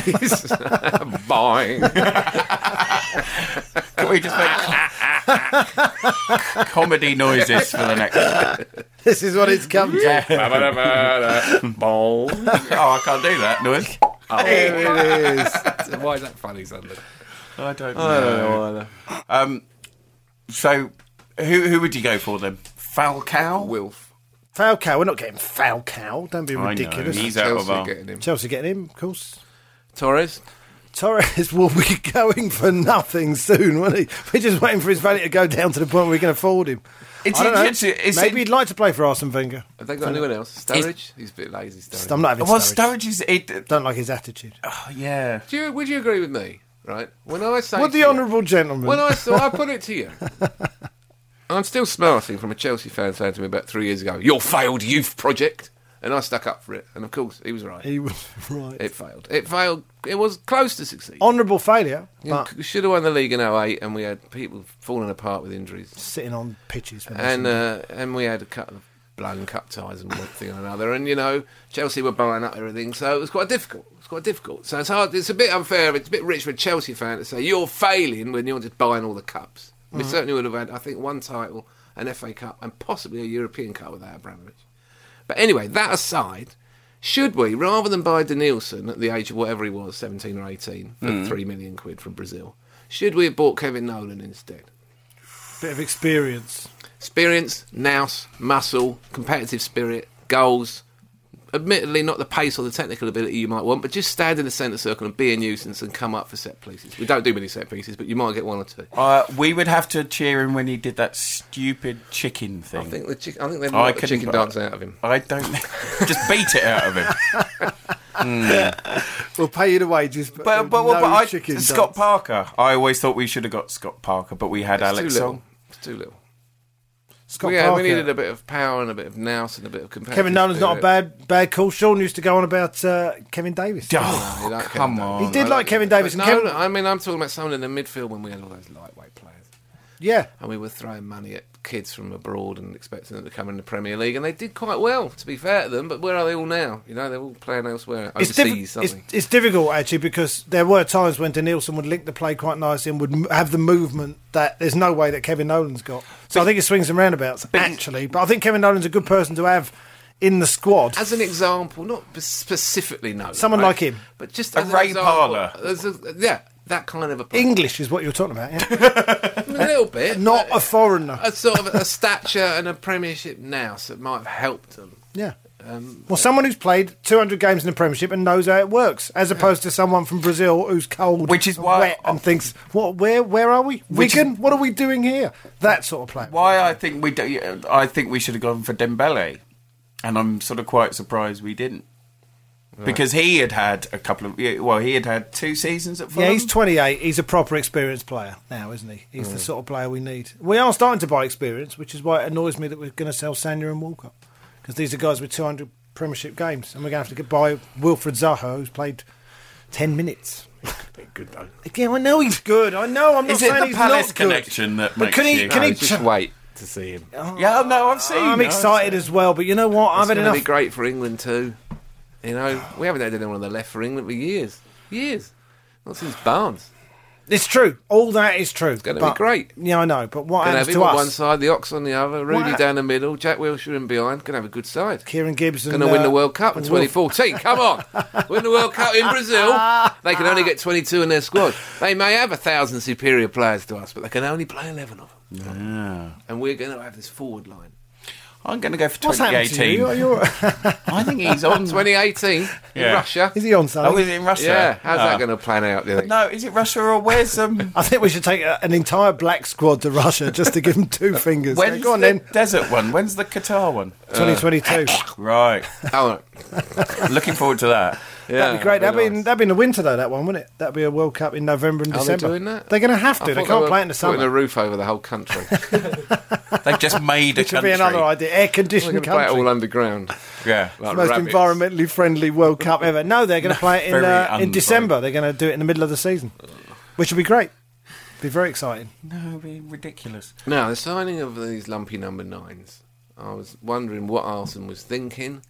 S1: the first place. Boing.
S3: Can we just make comedy noises for the next?
S2: This is what it's come to.
S3: Yeah.
S1: Boing.
S3: Oh, I can't do that noise.
S1: There it is. Why is that funny, Sunday?
S3: I don't know. Oh, Um, so who who would you go for then? Falcao.
S1: Wilf.
S2: Falcao. We're not getting Falcao. Don't be
S3: I know,
S2: ridiculous.
S3: he's out of
S1: Chelsea
S3: our.
S1: getting him.
S2: Chelsea getting him, of course.
S1: Torres.
S2: Torres will be going for nothing soon, won't he? We're just waiting for his value to go down to the point where we can afford him.
S3: It's
S2: I don't know.
S3: interesting. It's
S2: Maybe he'd like to play for Arsene Wenger.
S1: Have they got anyone else? Sturridge? He's a bit lazy, Sturridge.
S2: I'm not having
S3: Well,
S2: Sturridge.
S3: Sturridge is it.
S2: Don't like his attitude.
S3: Oh, yeah.
S1: Do you, would you agree with me, right? When I say. to
S2: Would the
S1: you-
S2: honourable gentleman?
S1: When I, so I put it to you. I'm still smarting from a Chelsea fan saying to me about three years ago, your failed youth project. And I stuck up for it. And of course, he was right.
S2: he was right.
S1: it failed. It failed. It was close to succeed.
S2: Honourable failure, but
S1: We should have won the league in 08, and we had people falling apart with injuries.
S2: sitting on pitches. when
S1: and uh, and we had a couple of blown cup ties and one thing and another. And you know, Chelsea were buying up everything, so it was quite difficult. It's quite difficult. So it's hard. It's a bit unfair. It's a bit rich for a Chelsea fan to say you're failing when you're just buying all the cups. We certainly would have had, I think, one title, an FA Cup, and possibly a European Cup without Abramovich. But anyway, that aside. Should we, rather than buy Danielson at the age of whatever he was, 17 or 18, for three million quid from Brazil, should we have bought Kevin Nolan instead?
S2: bit of experience.
S1: Experience, nous, muscle, competitive spirit, goals. Admittedly, not the pace or the technical ability you might want, but just stand in the centre circle and be a nuisance and come up for set pieces. We don't do many set pieces, but you might get one or two.
S3: Uh, we would have to cheer him when he did that stupid chicken thing.
S1: I think the chick- I think they've
S3: I
S1: knocked the
S3: couldn't
S1: chicken
S3: buy-
S1: dance out of him.
S3: I don't. Just beat it out of him.
S2: We'll pay you the wages, but uh,
S3: But but,
S2: no
S3: but I,
S2: chicken
S3: Scott
S2: dance.
S3: Parker. I always thought we should have got Scott Parker, but we had
S1: It's too
S3: Alex
S1: little.
S3: Song.
S1: It's too little.
S2: Scott
S1: we, had- we
S2: oh. Parker.
S1: needed a bit of power and a bit of nous and a bit of competitive
S2: Kevin Nolan's not a
S1: spirit.
S2: bad bad call. Sean used to go on about uh, Kevin Davis.
S3: Oh,
S1: like Kevin
S3: come
S1: Davis.
S3: on.
S2: He did like Kevin Davis. And
S1: No,
S2: Kevin,
S1: no, I mean, I'm talking about someone in the midfield when we had all those lightweight players.
S2: Yeah,
S1: and we were throwing money at kids from abroad and expecting them to come in the Premier League, and they did quite well, to be fair to them. But where are they all now? You know, they're all playing elsewhere,
S2: it's,
S1: overseas,
S2: diffi- it's,
S1: something.
S2: it's difficult actually because there were times when Danielson would link the play quite nicely and would m- have the movement that there's no way that Kevin Nolan's got. So I think it swings and roundabouts actually. But I think Kevin Nolan's a good person to have in the squad.
S1: As an example, not b- specifically no,
S2: Someone
S1: right?
S2: like him.
S1: but just
S3: A
S1: as
S3: Ray
S1: an example,
S3: Parlour.
S1: there's a- yeah, that kind of a player.
S2: English is what you're talking about, yeah?
S1: a little bit,
S2: not
S1: but
S2: a foreigner.
S1: a sort of a stature and a Premiership now, so it might have helped them.
S2: Yeah.
S1: Um,
S2: Well, someone who's played 200 games in the Premiership and knows how it works, as opposed to someone from Brazil who's cold,
S3: Which is
S2: and
S3: why-
S2: wet, and thinks, "What? Where? Where are we?
S3: Which is-
S2: Wigan? what are we doing here?" That sort of player.
S3: Why I think we do, I think we should have gone for Dembele, and I'm sort of quite surprised we didn't. Because he had had a couple of yeah, well, he had had two seasons at
S2: Yeah,
S3: Fulham.
S2: he's 28. He's a proper experienced player now, isn't he? He's the
S1: Mm.
S2: sort of player we need. We are starting to buy experience, which is why it annoys me that we're going to sell Sanya and Walker because these are guys with 200 Premiership games, and we're going to have to get buy Wilfred Zaha, who's played 10 minutes.
S1: Good though.
S2: Yeah, I know he's good. I know. I'm not
S3: Is it
S2: saying
S3: the
S2: he's
S3: Palace
S2: not
S3: connection
S2: good.
S3: that
S2: But
S3: makes
S2: can he?
S3: you-
S2: Can
S1: No,
S2: he?
S1: just
S2: ch-
S1: wait to see him.
S3: Yeah, no, I've seen.
S2: I'm
S3: I've
S2: excited as well, but you know what? I've
S1: It's
S2: had
S1: going to
S2: enough.
S1: be great for England too. You know, we haven't had anyone on the left for England for years, years. Not since Barnes.
S2: It's true. All that is true. It's
S1: gonna be great.
S2: Yeah, I know. But what
S1: Going to have
S2: happens
S1: him
S2: to
S1: on one
S2: us?
S1: side, the Ox on the other, Rudy
S2: Wow.
S1: down the middle, Jack Wilshere in behind. Going to have a good side.
S2: Kieran Gibson
S1: Going to
S2: uh,
S1: win the World Cup in
S2: and Wolf-
S1: 2014. Come on, win the World Cup in Brazil. They can only get 22 in their squad. They may have a thousand superior players to us, but they can only play 11 of them. And we're going to have this forward line.
S3: I'm going to go for
S2: What's happened to
S3: 2018.
S2: you? Are you all-
S3: I think he's on.
S1: 2018
S3: Yeah.
S1: in Russia.
S2: is he
S3: Oh,
S2: on
S3: is
S2: something?
S3: it in Russia?
S1: Yeah, how's
S3: Ah.
S1: that going to plan out? Do you think?
S3: No, is it Russia or where's um?
S2: I think we should take a, an entire black squad to Russia just to give them two fingers.
S3: When's
S2: Go on
S3: the
S2: then.
S3: desert one? When's the Qatar one?
S1: Uh,
S2: 2022.
S3: Right,
S1: Oh, right.
S3: looking forward to that.
S1: yeah,
S2: that'd be great. That'd be, in,
S1: nice.
S2: that'd be in the winter though. That one, wouldn't it? That'd be a World Cup in November and
S1: Are they
S2: December.
S1: doing that?
S2: are going to have
S1: I
S2: to. They
S1: thought
S2: can't
S1: were
S2: play in the summer.
S1: Putting a roof over the whole country.
S3: They've just made a
S2: It should be
S3: country.
S2: another idea. Air
S1: They're going
S2: conditioned
S1: to play it
S2: country.
S1: all underground.
S3: Yeah,
S1: Like
S2: Most
S1: rabbits.
S2: environmentally friendly World Cup ever. No, they're going to play it in
S3: very
S2: uh, in
S3: unfriendly.
S2: December. They're going to do it in the middle of the season, which would be great. Be very exciting.
S3: no, it'd be ridiculous.
S1: Now, the signing of these lumpy number nines, I was wondering what Arsenal was thinking.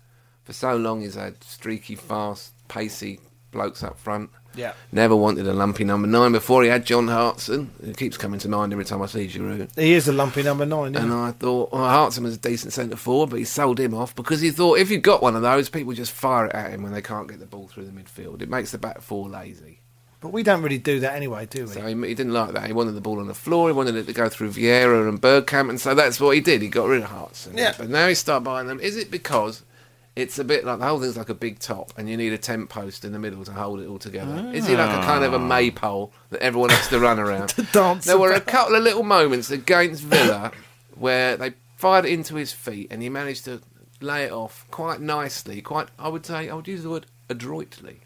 S1: For so long, he's had streaky, fast, pacey blokes up front.
S2: Yeah.
S1: Never wanted a lumpy number nine before. He had John Hartson, who keeps coming to mind every time I see Giroud.
S2: He is a lumpy number nine. Isn't
S1: And
S2: he?
S1: I thought, well, Hartson was a decent centre forward, but he sold him off because he thought if you got one of those, people just fire it at him when they can't get the ball through the midfield. It makes the back four lazy.
S2: But we don't really do that anyway, do we?
S1: So he, he didn't like that. He wanted the ball on the floor. He wanted it to go through Vieira and Bergkamp, and so that's what he did. He got rid of Hartson.
S2: Yeah.
S1: But now he start buying them. Is it because it's a bit like the whole thing's like a big top, and you need a tent post in the middle to hold it all together? Is he like a kind of a maypole that everyone has to run around?
S2: dance
S1: There were a couple of little moments against Villa where they fired it into his feet, and he managed to lay it off quite nicely. Quite, I would say, I would use the word adroitly.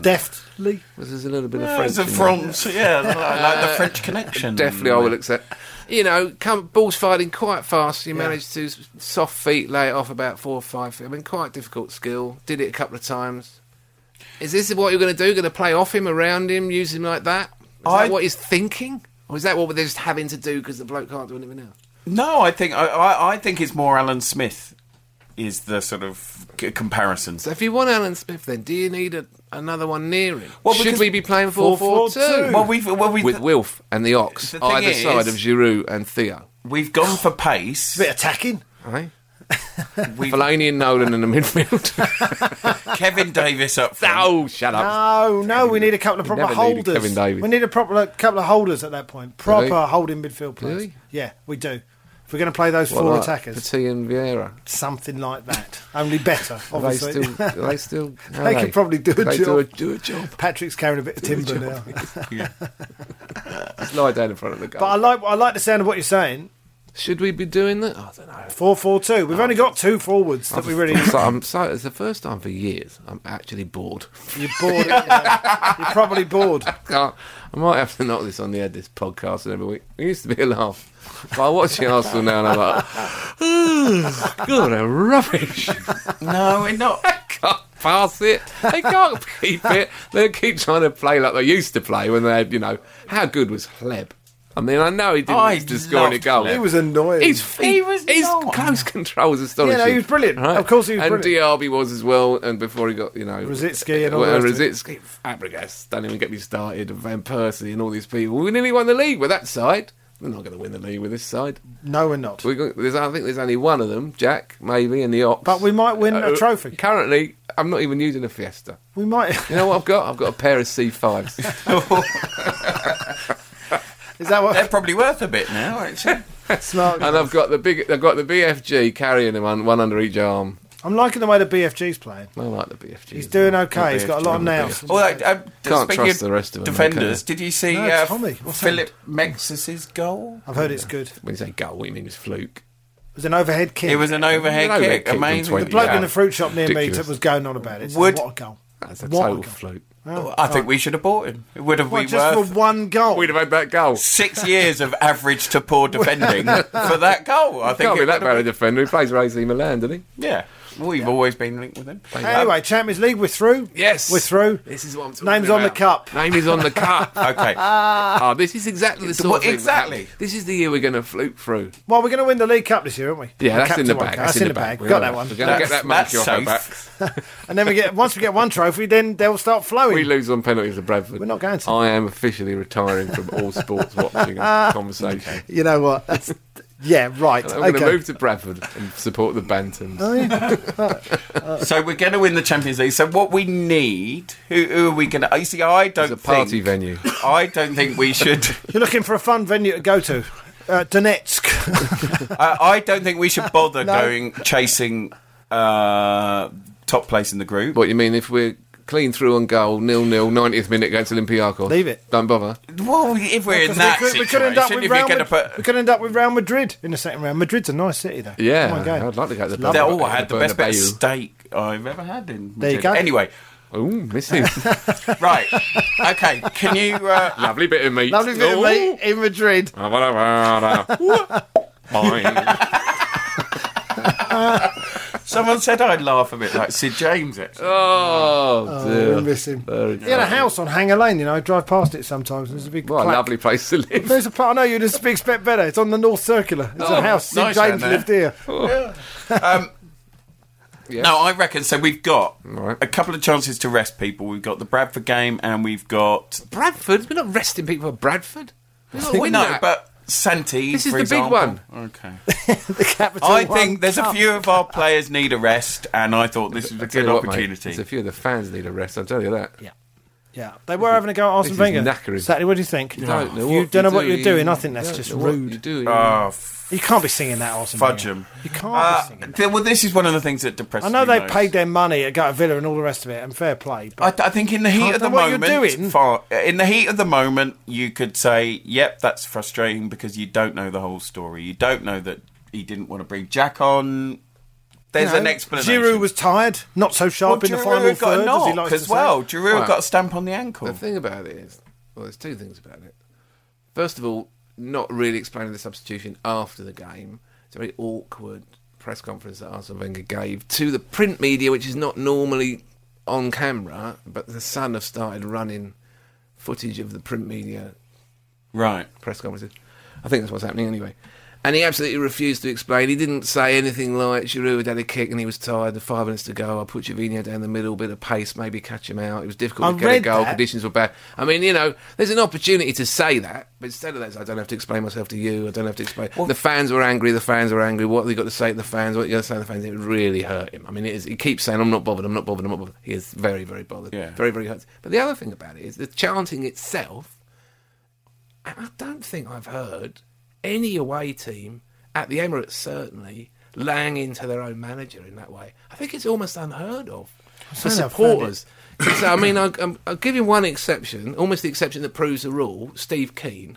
S2: Deftly.
S1: Because there's a little bit of
S3: Yeah,
S1: French.
S3: it's a
S1: in there.
S3: France, yeah, like, like the French connection.
S1: Uh, Definitely, I will accept. You know, come, balls fighting quite fast. You managed to s- soft feet lay it off about four or five feet. I mean, quite difficult skill. Did it a couple of times. Is this what you're going to do? Going to play off him, around him, use him like that? Is
S3: I-
S1: that what he's thinking, or is that what they're just having to do because the bloke can't do anything else?
S3: No, I think I, I, I think it's more Alan Smith is the sort of c- comparison.
S1: So if you want Alan Smith, then do you need a, another one near him?
S3: Well,
S1: Should
S3: because-
S1: we be playing four four two?
S2: 4-4-2.
S3: Well, we've well, we've,
S1: with Wilf and the Ox
S3: The thing
S1: either
S3: is-
S1: side of Giroud and Theo.
S3: we've gone for pace.
S2: Bit attacking.
S1: Right?
S3: We've
S1: Fellaini and Nolan in the midfield.
S3: Kevin Davis up front.
S1: oh, shut up.
S2: No, no, we need a couple of proper
S1: never needed
S2: holders.
S1: Kevin Davies.
S2: We need a proper like, couple of holders at that point. Proper
S1: we?
S2: holding midfield players.
S1: we?
S2: Yeah, we do. If we're going to play those
S1: What,
S2: four
S1: like
S2: attackers,
S1: Petit and Vieira.
S2: something like that. Only better,
S1: Are they
S2: obviously.
S1: still? Are they still? how
S2: They
S1: are
S2: could probably do a
S1: they
S2: job.
S1: Do a, do a job.
S2: Patrick's carrying a bit of timber now.
S3: Yeah.
S1: Just lie down in front of the goal.
S2: But I like I like the sound of what you're saying.
S1: Should we be doing that? I don't know.
S2: Four four two. We've only got two forwards that we really.
S1: I'm so, I'm so. It's the first time for years. I'm actually bored.
S2: You're bored. aren't you? You're probably bored.
S1: Can't, I might have to knock this on the head. This podcast and every week. It used to be a laugh, but I watch the Arsenal now and I'm like, "Ugh, God, they're rubbish.
S3: No, we're not.
S1: can't pass it. They can't keep it. They keep trying to play like they used to play when they had, you know, how good was Hleb? I mean, I know he didn't
S3: I
S1: used to score any
S3: loved
S1: goal.
S3: Hleb.
S2: He was annoying.
S1: He's,
S3: He was
S1: his
S3: not.
S1: close control was astonishing.
S2: Yeah, no, he was brilliant. Of course he was
S1: and
S2: brilliant.
S1: Diaby was as well. And before he got, you know,
S2: Rosicki and all
S1: well,
S2: the rest of it.
S1: Rosicki, Fabregas, don't even get me started. And Van Persie and all these people. We nearly won the league with that side. We're not going to win the league with this side.
S2: No, we're not.
S1: We got, there's, I think there's only one of them, Jack, maybe, and the Ox.
S2: But we might win a
S1: Uh,
S2: trophy.
S1: Currently, I'm not even using a Fiesta.
S2: We might.
S1: You know what I've got? I've got a pair of C5s.
S2: Is that
S3: They're
S2: what?
S3: probably worth a bit now, actually.
S2: Smart.
S1: and I've got the big, I've got the BFG carrying them on, one under each arm.
S2: I'm liking the way the BFG's playing.
S1: I like the BFG.
S2: He's doing okay. He's got a lot of nails.
S3: Although, um,
S1: Can't
S3: speaking
S1: trust
S3: of
S1: the rest of them,
S3: defenders.
S1: okay.
S3: Did you see
S2: No,
S3: uh,
S2: Tommy, what's
S3: Philip Mexus's goal?
S2: I've heard it's good. It
S1: When you say goal, what you mean it's fluke.
S2: was an overhead kick.
S3: It was an overhead
S1: An overhead
S3: kick.
S1: kick from
S3: Amazing.
S1: 20
S2: the bloke
S1: yeah.
S2: in the fruit shop near me
S1: Ridiculous.
S2: that was going on about it. So
S3: Would-
S2: what a goal!
S1: That's a
S2: What a
S1: total
S2: goal.
S1: fluke.
S3: I think we should have bought him. It would have
S2: Well,
S3: been
S2: just
S3: worth
S2: for one goal.
S1: We'd have had that goal.
S3: six years of average to poor defending for that goal. I think
S1: Can't
S3: it
S1: be that
S3: would
S1: bad
S3: have
S1: a defender. He plays for AC Milan, doesn't he?
S3: been- Yeah. We've always been linked with Um, him.
S2: Anyway, Champions League, we're through.
S1: Yes.
S2: We're through.
S1: This is what I'm talking
S2: Name's
S1: about.
S2: on the cup.
S1: Name is on the cup.
S3: Okay.
S1: Ah, this is exactly the sort
S3: Well,
S1: of thing. that
S3: exactly.
S1: happened. This is the year we're going to fluke through.
S2: Well, we're going to win the League Cup this year, aren't we?
S1: Yeah,
S2: We're
S1: that's in the
S2: captain
S1: bag.
S2: one. That's in the bag. Got that one.
S1: We're going to get
S3: That's-
S1: that monkey off
S3: that's
S1: our back.
S3: safe.
S2: And then we get once we get one trophy, then they'll start flowing.
S1: We lose on penalties at Bradford.
S2: We're not going to.
S1: I am officially retiring from all sports watching and conversation.
S2: you know what? That's yeah, right.
S1: I'm
S2: okay.
S1: going to move to Bradford and support the Bantams.
S3: So we're going to win the Champions League. So what we need, who, who are we going to? You see, I don't
S1: It's a party
S3: think-
S1: venue.
S3: I don't think we should.
S2: You're looking for a fun venue to go to. Uh, Donetsk.
S3: I, I don't think we should bother
S2: No.
S3: going chasing uh, top place in the group.
S1: What you mean if we're clean through on goal, nil nil, 90th minute against Olympiacos?
S2: Leave it.
S1: Don't bother.
S3: Well, if we're in that
S2: we, could, we
S3: situation,
S2: could end up with
S3: if
S2: Real
S3: you're going to
S2: Madrid.
S3: put
S2: we could end up with Real Madrid in the second round. Madrid's a nice city, though.
S1: Yeah,
S2: Come on, go.
S1: I'd like to go to the
S3: They
S1: Bernabeu.
S3: all had the best bit of
S1: Bernabeu.
S3: steak I've ever had in.
S2: There you
S3: Madrid.
S2: go.
S3: Anyway,
S1: Oh, missing.
S3: right. Okay, can you? Uh,
S1: Lovely bit of meat.
S2: Lovely bit of meat in Madrid.
S1: Mine.
S3: someone said I'd laugh a bit like Sid James. Actually,
S1: oh,
S2: Oh, we
S1: dear.
S2: miss him.
S1: Very
S2: He had a house on Hanger Lane. You know, I drive past it sometimes. And there's a big.
S1: What a
S2: plaque.
S1: lovely place to live.
S2: There's a part. I know you'd just expect better. It's on the North Circular. It's
S3: Oh,
S2: a house. Sid
S3: nice
S2: James
S3: round there.
S2: lived here.
S3: No, I reckon. So we've got
S1: Right.
S3: a couple of chances to rest people. We've got the Bradford game, and we've got
S1: Bradford? We're not resting people at Bradford. We're not winning
S3: no,
S1: that.
S3: but Santi.
S1: This is the
S3: for
S1: big
S3: example.
S1: one.
S3: Okay.
S2: The Capital
S3: I
S2: One
S3: think there's a
S2: Cup.
S3: few of our players need a rest, and I thought this was
S1: I
S3: a
S1: tell
S3: good
S1: you what, mate,
S3: opportunity.
S1: there's a few of the fans need a rest, I'll tell you that.
S2: Yeah. Yeah, they were having a go at Arsene
S1: is
S2: Wenger.
S1: knackering.
S2: Saturday, what do you think?
S1: You don't know
S2: Oh, you
S1: what
S2: don't know
S1: you
S2: what
S1: do,
S2: you're
S1: you
S2: doing. I think that's
S1: don't
S2: just
S1: know what
S2: rude.
S1: You
S2: You,
S1: do.
S3: Oh, f-
S2: can't be singing that, Arsene
S3: fudge
S2: Wenger.
S3: him.
S2: You can't
S1: Uh,
S2: be singing. That.
S3: th- well, this is one of the things that
S2: I
S3: depresses me.
S2: know they
S3: most.
S2: paid their money at Go to Villa and all the rest of it, and fair play. But
S3: I, I think in the heat
S2: Can't
S3: of the
S2: know what you're
S3: moment,
S2: doing.
S3: far- in the heat of the moment, you could say, "Yep, that's frustrating because you don't know the whole story. You don't know that he didn't want to bring Jack on." There's
S2: you
S3: an
S2: know,
S3: explanation.
S2: Giroud was tired, not so
S3: well,
S2: sharp in the
S3: Giroud
S2: final
S3: got
S2: third
S3: a
S2: as he
S3: knock
S2: likes
S3: as
S2: to say.
S3: well. Giroud
S1: Well-
S3: got a stamp on the ankle.
S1: The thing about it is, well, there's two things about it. First of all, not really explaining the substitution after the game. It's a very awkward press conference that Arsene Wenger gave to the print media, which is not normally on camera, but the Sun have started running footage of the print media
S3: Right.
S1: press conferences. I think that's what's happening anyway. And he absolutely refused to explain. He didn't say anything like Giroud had had a kick and he was tired. The five minutes to go, I put Jovino down the middle, bit of pace, maybe catch him out. It was difficult
S2: I
S1: to get a
S2: read
S1: goal.
S2: that.
S1: Conditions were bad. I mean, you know, there's an opportunity to say that, but instead of that, it's, I don't have to explain myself to you. I don't have to explain. the fans were angry. The fans were angry. What have you got to say to the fans? What have you got to say to the fans? It really hurt him. I mean, it is, he keeps saying, "I'm not bothered. I'm not bothered. I'm not bothered." He is very, very bothered.
S3: Yeah.
S1: Very, very hurt. But the other thing about it is the chanting itself and I don't think I've heard any away team at the Emirates certainly laying into their own manager in that way. I think it's almost unheard of for
S2: I've heard
S1: supporters. so I mean, I, I'm, I'll give you one exception, almost the exception that proves the rule. Steve Keane.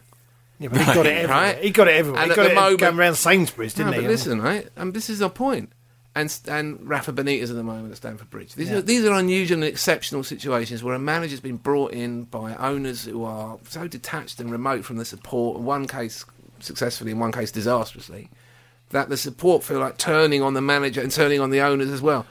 S2: Yeah, but he got it everywhere.
S1: Right.
S2: He got it everywhere.
S1: And
S2: he
S1: at
S2: got
S1: the
S2: it
S1: moment-
S2: going around Sainsbury's, didn't
S1: no,
S2: he?
S1: Ah, but listen, right? And this is our point. And and Rafa Benitez at the moment at Stamford Bridge. These are these are unusual and exceptional situations where a manager's been brought in by owners who are so detached and remote from the support. In one case successfully, in one case disastrously, that the support feel like turning on the manager and turning on the owners as well.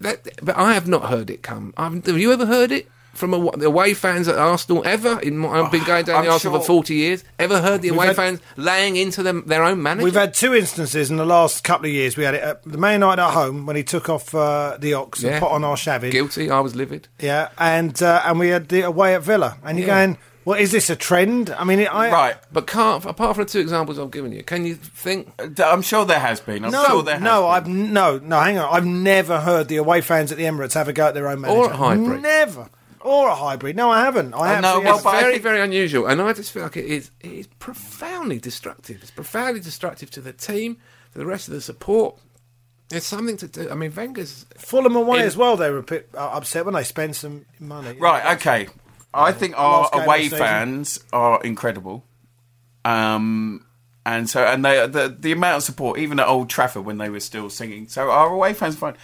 S1: That, but I have not heard it come. I've, have you ever heard it from awa- the away fans at Arsenal ever? In my, I've been going down
S3: I'm
S1: the Arsenal for
S3: sure-
S1: forty years. Ever heard the away
S2: had-
S1: fans laying into them, their own manager?
S2: We've had two instances in the last couple of years. We had it at the Man United at home when he took off uh, the ox and put on our Shavin.
S1: Guilty. I was livid.
S2: Yeah, and uh, and we had the away at Villa, and you're
S1: Yeah.
S2: going, well, is this a trend? I mean, it, I,
S3: Right.
S1: But can't, apart from the two examples I've given you, can you think?
S3: I'm sure there has been. I'm
S2: No,
S3: sure there has
S2: no,
S3: been.
S2: I've no, no. Hang on, I've never heard the away fans at the Emirates have a go at their own manager.
S1: Or at Highbury.
S2: never, or a hybrid. No, I haven't. I
S3: Uh, no, well,
S2: absolutely haven't.
S3: but I
S1: very,
S3: think-
S1: very unusual, and I just feel like it is, it is profoundly destructive. It's profoundly destructive to the team, to the rest of the support. It's something to do. I mean, Wenger's
S2: Fulham away
S1: in-
S2: as well. They were a bit uh, upset when they spent some money.
S3: Right, okay. I think our
S2: Last game of the
S3: away
S2: season.
S3: fans are incredible. Um and so and they the the amount of support even at Old Trafford when they were still singing. So our away fans are fine.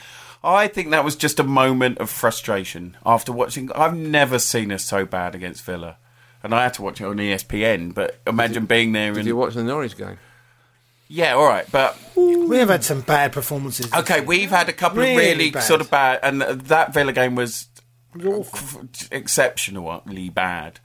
S3: I think that was just a moment of frustration after watching I've never seen us so bad against Villa. E And I had to watch it on ESPN, but imagine being there
S1: Did
S3: and
S1: you watch the Norwich game?
S3: Yeah, all right, but
S2: We have had some bad performances.
S3: okay, we've had a couple of
S2: Really
S3: really
S2: bad.
S3: sort of bad, and that Villa game was
S2: Awful.
S3: exceptionally bad.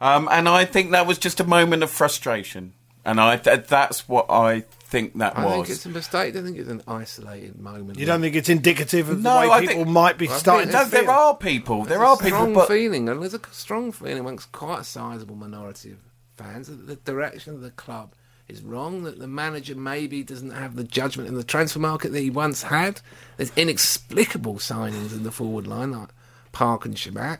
S3: Um, and I think that was just a moment of frustration, and I th- that's what I think that
S1: I
S3: was.
S1: think it's a mistake. I don't think it's an isolated moment.
S2: You don't think it's indicative of
S3: No,
S2: the way
S3: I
S2: people
S3: think-
S2: might be
S1: I
S2: starting
S1: think-
S3: no,
S2: to feel?
S3: there are people. There
S1: There's
S3: are
S1: a strong
S3: people, but
S1: feeling, and there's a strong feeling amongst quite a sizable minority of fans that the direction of the club is wrong. That the manager maybe doesn't have the judgment in the transfer market that he once had. There's inexplicable signings in the forward line like Park and Shabak.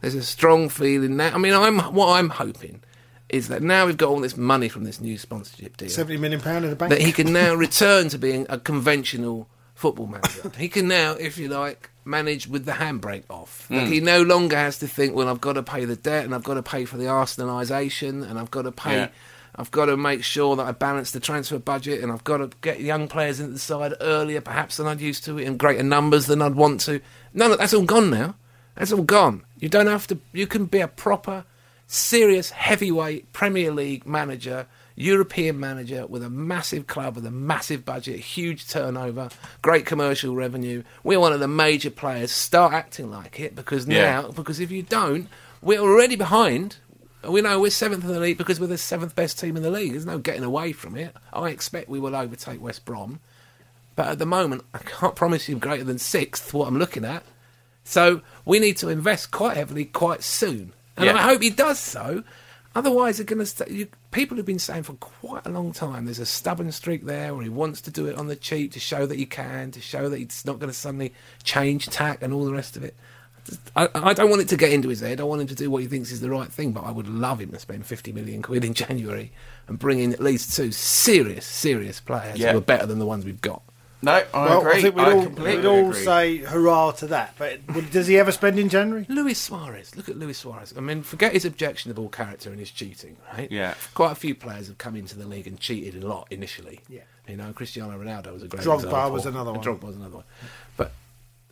S1: There's a strong feeling now. I mean, I'm what I'm hoping is that now we've got all this money from this new sponsorship deal
S2: Seventy million pound in the bank.
S1: that he can now return to being a conventional football manager. he can now, if you like, manage with the handbrake off. Like, he no longer has to think, well, I've got to pay the debt and I've got to pay for the Arsenalisation and I've got to pay.
S3: Yeah.
S1: I've got to make sure that I balance the transfer budget and I've got to get young players into the side earlier, perhaps, than I'd used to, in greater numbers than I'd want to. None of that's all gone now. That's all gone. You don't have to. You can be a proper, serious, heavyweight Premier League manager, European manager with a massive club, with a massive budget, huge turnover, great commercial revenue. We're one of the major players. Start acting like it because
S3: Yeah.
S1: now, because if you don't, we're already behind. We know we're seventh in the league because we're the seventh best team in the league. There's no getting away from it. I expect we will overtake West Brom. But at the moment, I can't promise you greater than sixth, what I'm looking at. So we need to invest quite heavily quite soon. And
S3: Yeah.
S1: I hope he does so. Otherwise, they're going to. St- you, people have been saying for quite a long time there's a stubborn streak there where he wants to do it on the cheap to show that he can, to show that he's not going to suddenly change tack and all the rest of it. I, I don't want it to get into his head. I want him to do what he thinks is the right thing, but I would love him to spend 50 million quid in January and bring in at least two serious, serious players
S3: Yeah.
S1: who are better than the ones we've got.
S3: no, I
S2: well,
S3: agree.
S2: I think we'd
S3: I
S2: all,
S3: completely
S2: we'd all
S3: agree.
S2: say hurrah to that. But would- does he ever spend in January?
S1: Luis Suarez. Look at Luis Suarez. I mean, forget his objectionable character and his cheating, right?
S3: Yeah.
S1: Quite a few players have come into the league and cheated a lot initially.
S2: Yeah.
S1: You know, Cristiano Ronaldo was a great
S2: Drogba
S1: example.
S2: was another
S1: And
S2: one.
S1: Drogba was another one. But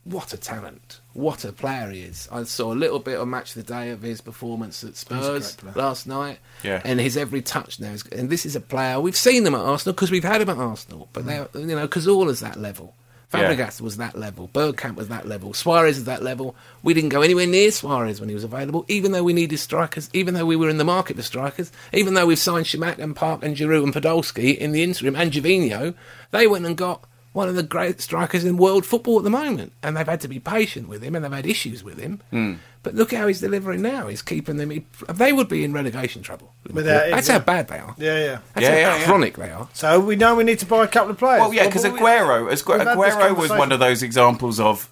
S1: what a talent. What a player he is. I saw a little bit on Match of the Day of his performance at Spurs
S2: player.
S1: last night.
S3: Yeah.
S1: And his every touch now. Is, and this is a player, we've seen them at Arsenal because we've had him at Arsenal. But
S2: Mm.
S1: they, you know, Cazorla's that level.
S3: Yeah.
S1: Fabregas was that level. Bergkamp was that level. Suarez is that level. We didn't go anywhere near Suarez when he was available, even though we needed strikers, even though we were in the market for strikers, even though we've signed Schumacher and Park and Giroud and Podolski in the interim and Jovino. They went and got one of the great strikers in world football at the moment, and they've had to be patient with him and they've had issues with him.
S3: Hmm.
S1: But look how he's delivering now. He's keeping them. He, they would be in relegation trouble.
S2: Without him,
S1: That's
S2: yeah.
S1: how bad they are.
S2: Yeah, yeah.
S1: That's
S3: Yeah,
S1: how
S3: yeah, yeah.
S1: chronic they are.
S2: So we know we need to buy a couple of players.
S3: Well, yeah, because
S2: we-
S3: Aguero, Aguero,
S2: we've had this
S3: Aguero was one
S2: conversation.
S3: of those examples of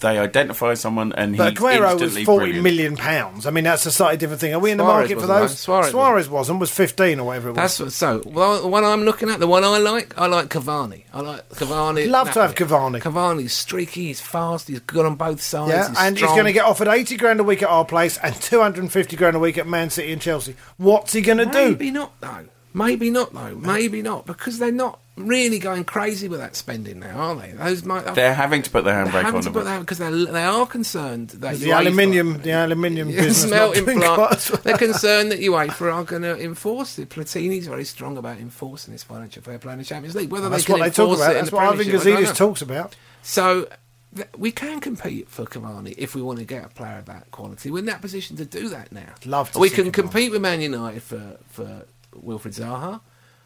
S3: they identify someone and
S2: But
S3: he's
S2: Aguero was
S3: instantly
S2: forty
S3: brilliant.
S2: million pounds. I mean, that's a slightly different thing. Are we in the
S1: Suarez
S2: market for
S1: wasn't,
S2: those?
S1: though. Suarez
S2: wasn't. Was fifteen or whatever it was.
S1: That's what, so. Well, the one I'm looking at, the one I like, I like Cavani. I like Cavani.
S2: Love to have
S1: Napoli.
S2: Cavani.
S1: Cavani's streaky. He's fast. He's good on both sides.
S2: yeah,
S1: he's
S2: and he's
S1: strong.
S2: going to get offered eighty grand a week at our place and two hundred and fifty grand a week at Man City and Chelsea. What's he going to do?
S1: Maybe not though. Maybe not though. Maybe not because they're not really going crazy with that spending now, are they? Those might.
S3: They're having to put their
S1: they're
S3: handbrake
S1: having
S3: on
S1: to
S3: them.
S1: put that because they they are concerned that
S2: The
S1: UEFA
S2: aluminium, the aluminium business. not
S1: smelting
S2: doing quite
S1: plant.
S2: as well.
S1: They're concerned that UEFA are going to enforce it. Platini's very strong about enforcing this financial fair play in the Champions League. Whether
S2: That's
S1: they
S2: what
S1: can
S2: they talk
S1: enforce
S2: about.
S1: it
S2: That's
S1: in the
S2: what Ivan
S1: Premiership, I don't know.
S2: Gazidis talks about.
S1: So th- we can compete for Cavani if we want to get a player of that quality. We're in that position to do that now.
S2: Love to
S1: We
S2: see
S1: can
S2: Cavani.
S1: compete with Man United for for Wilfred Zaha.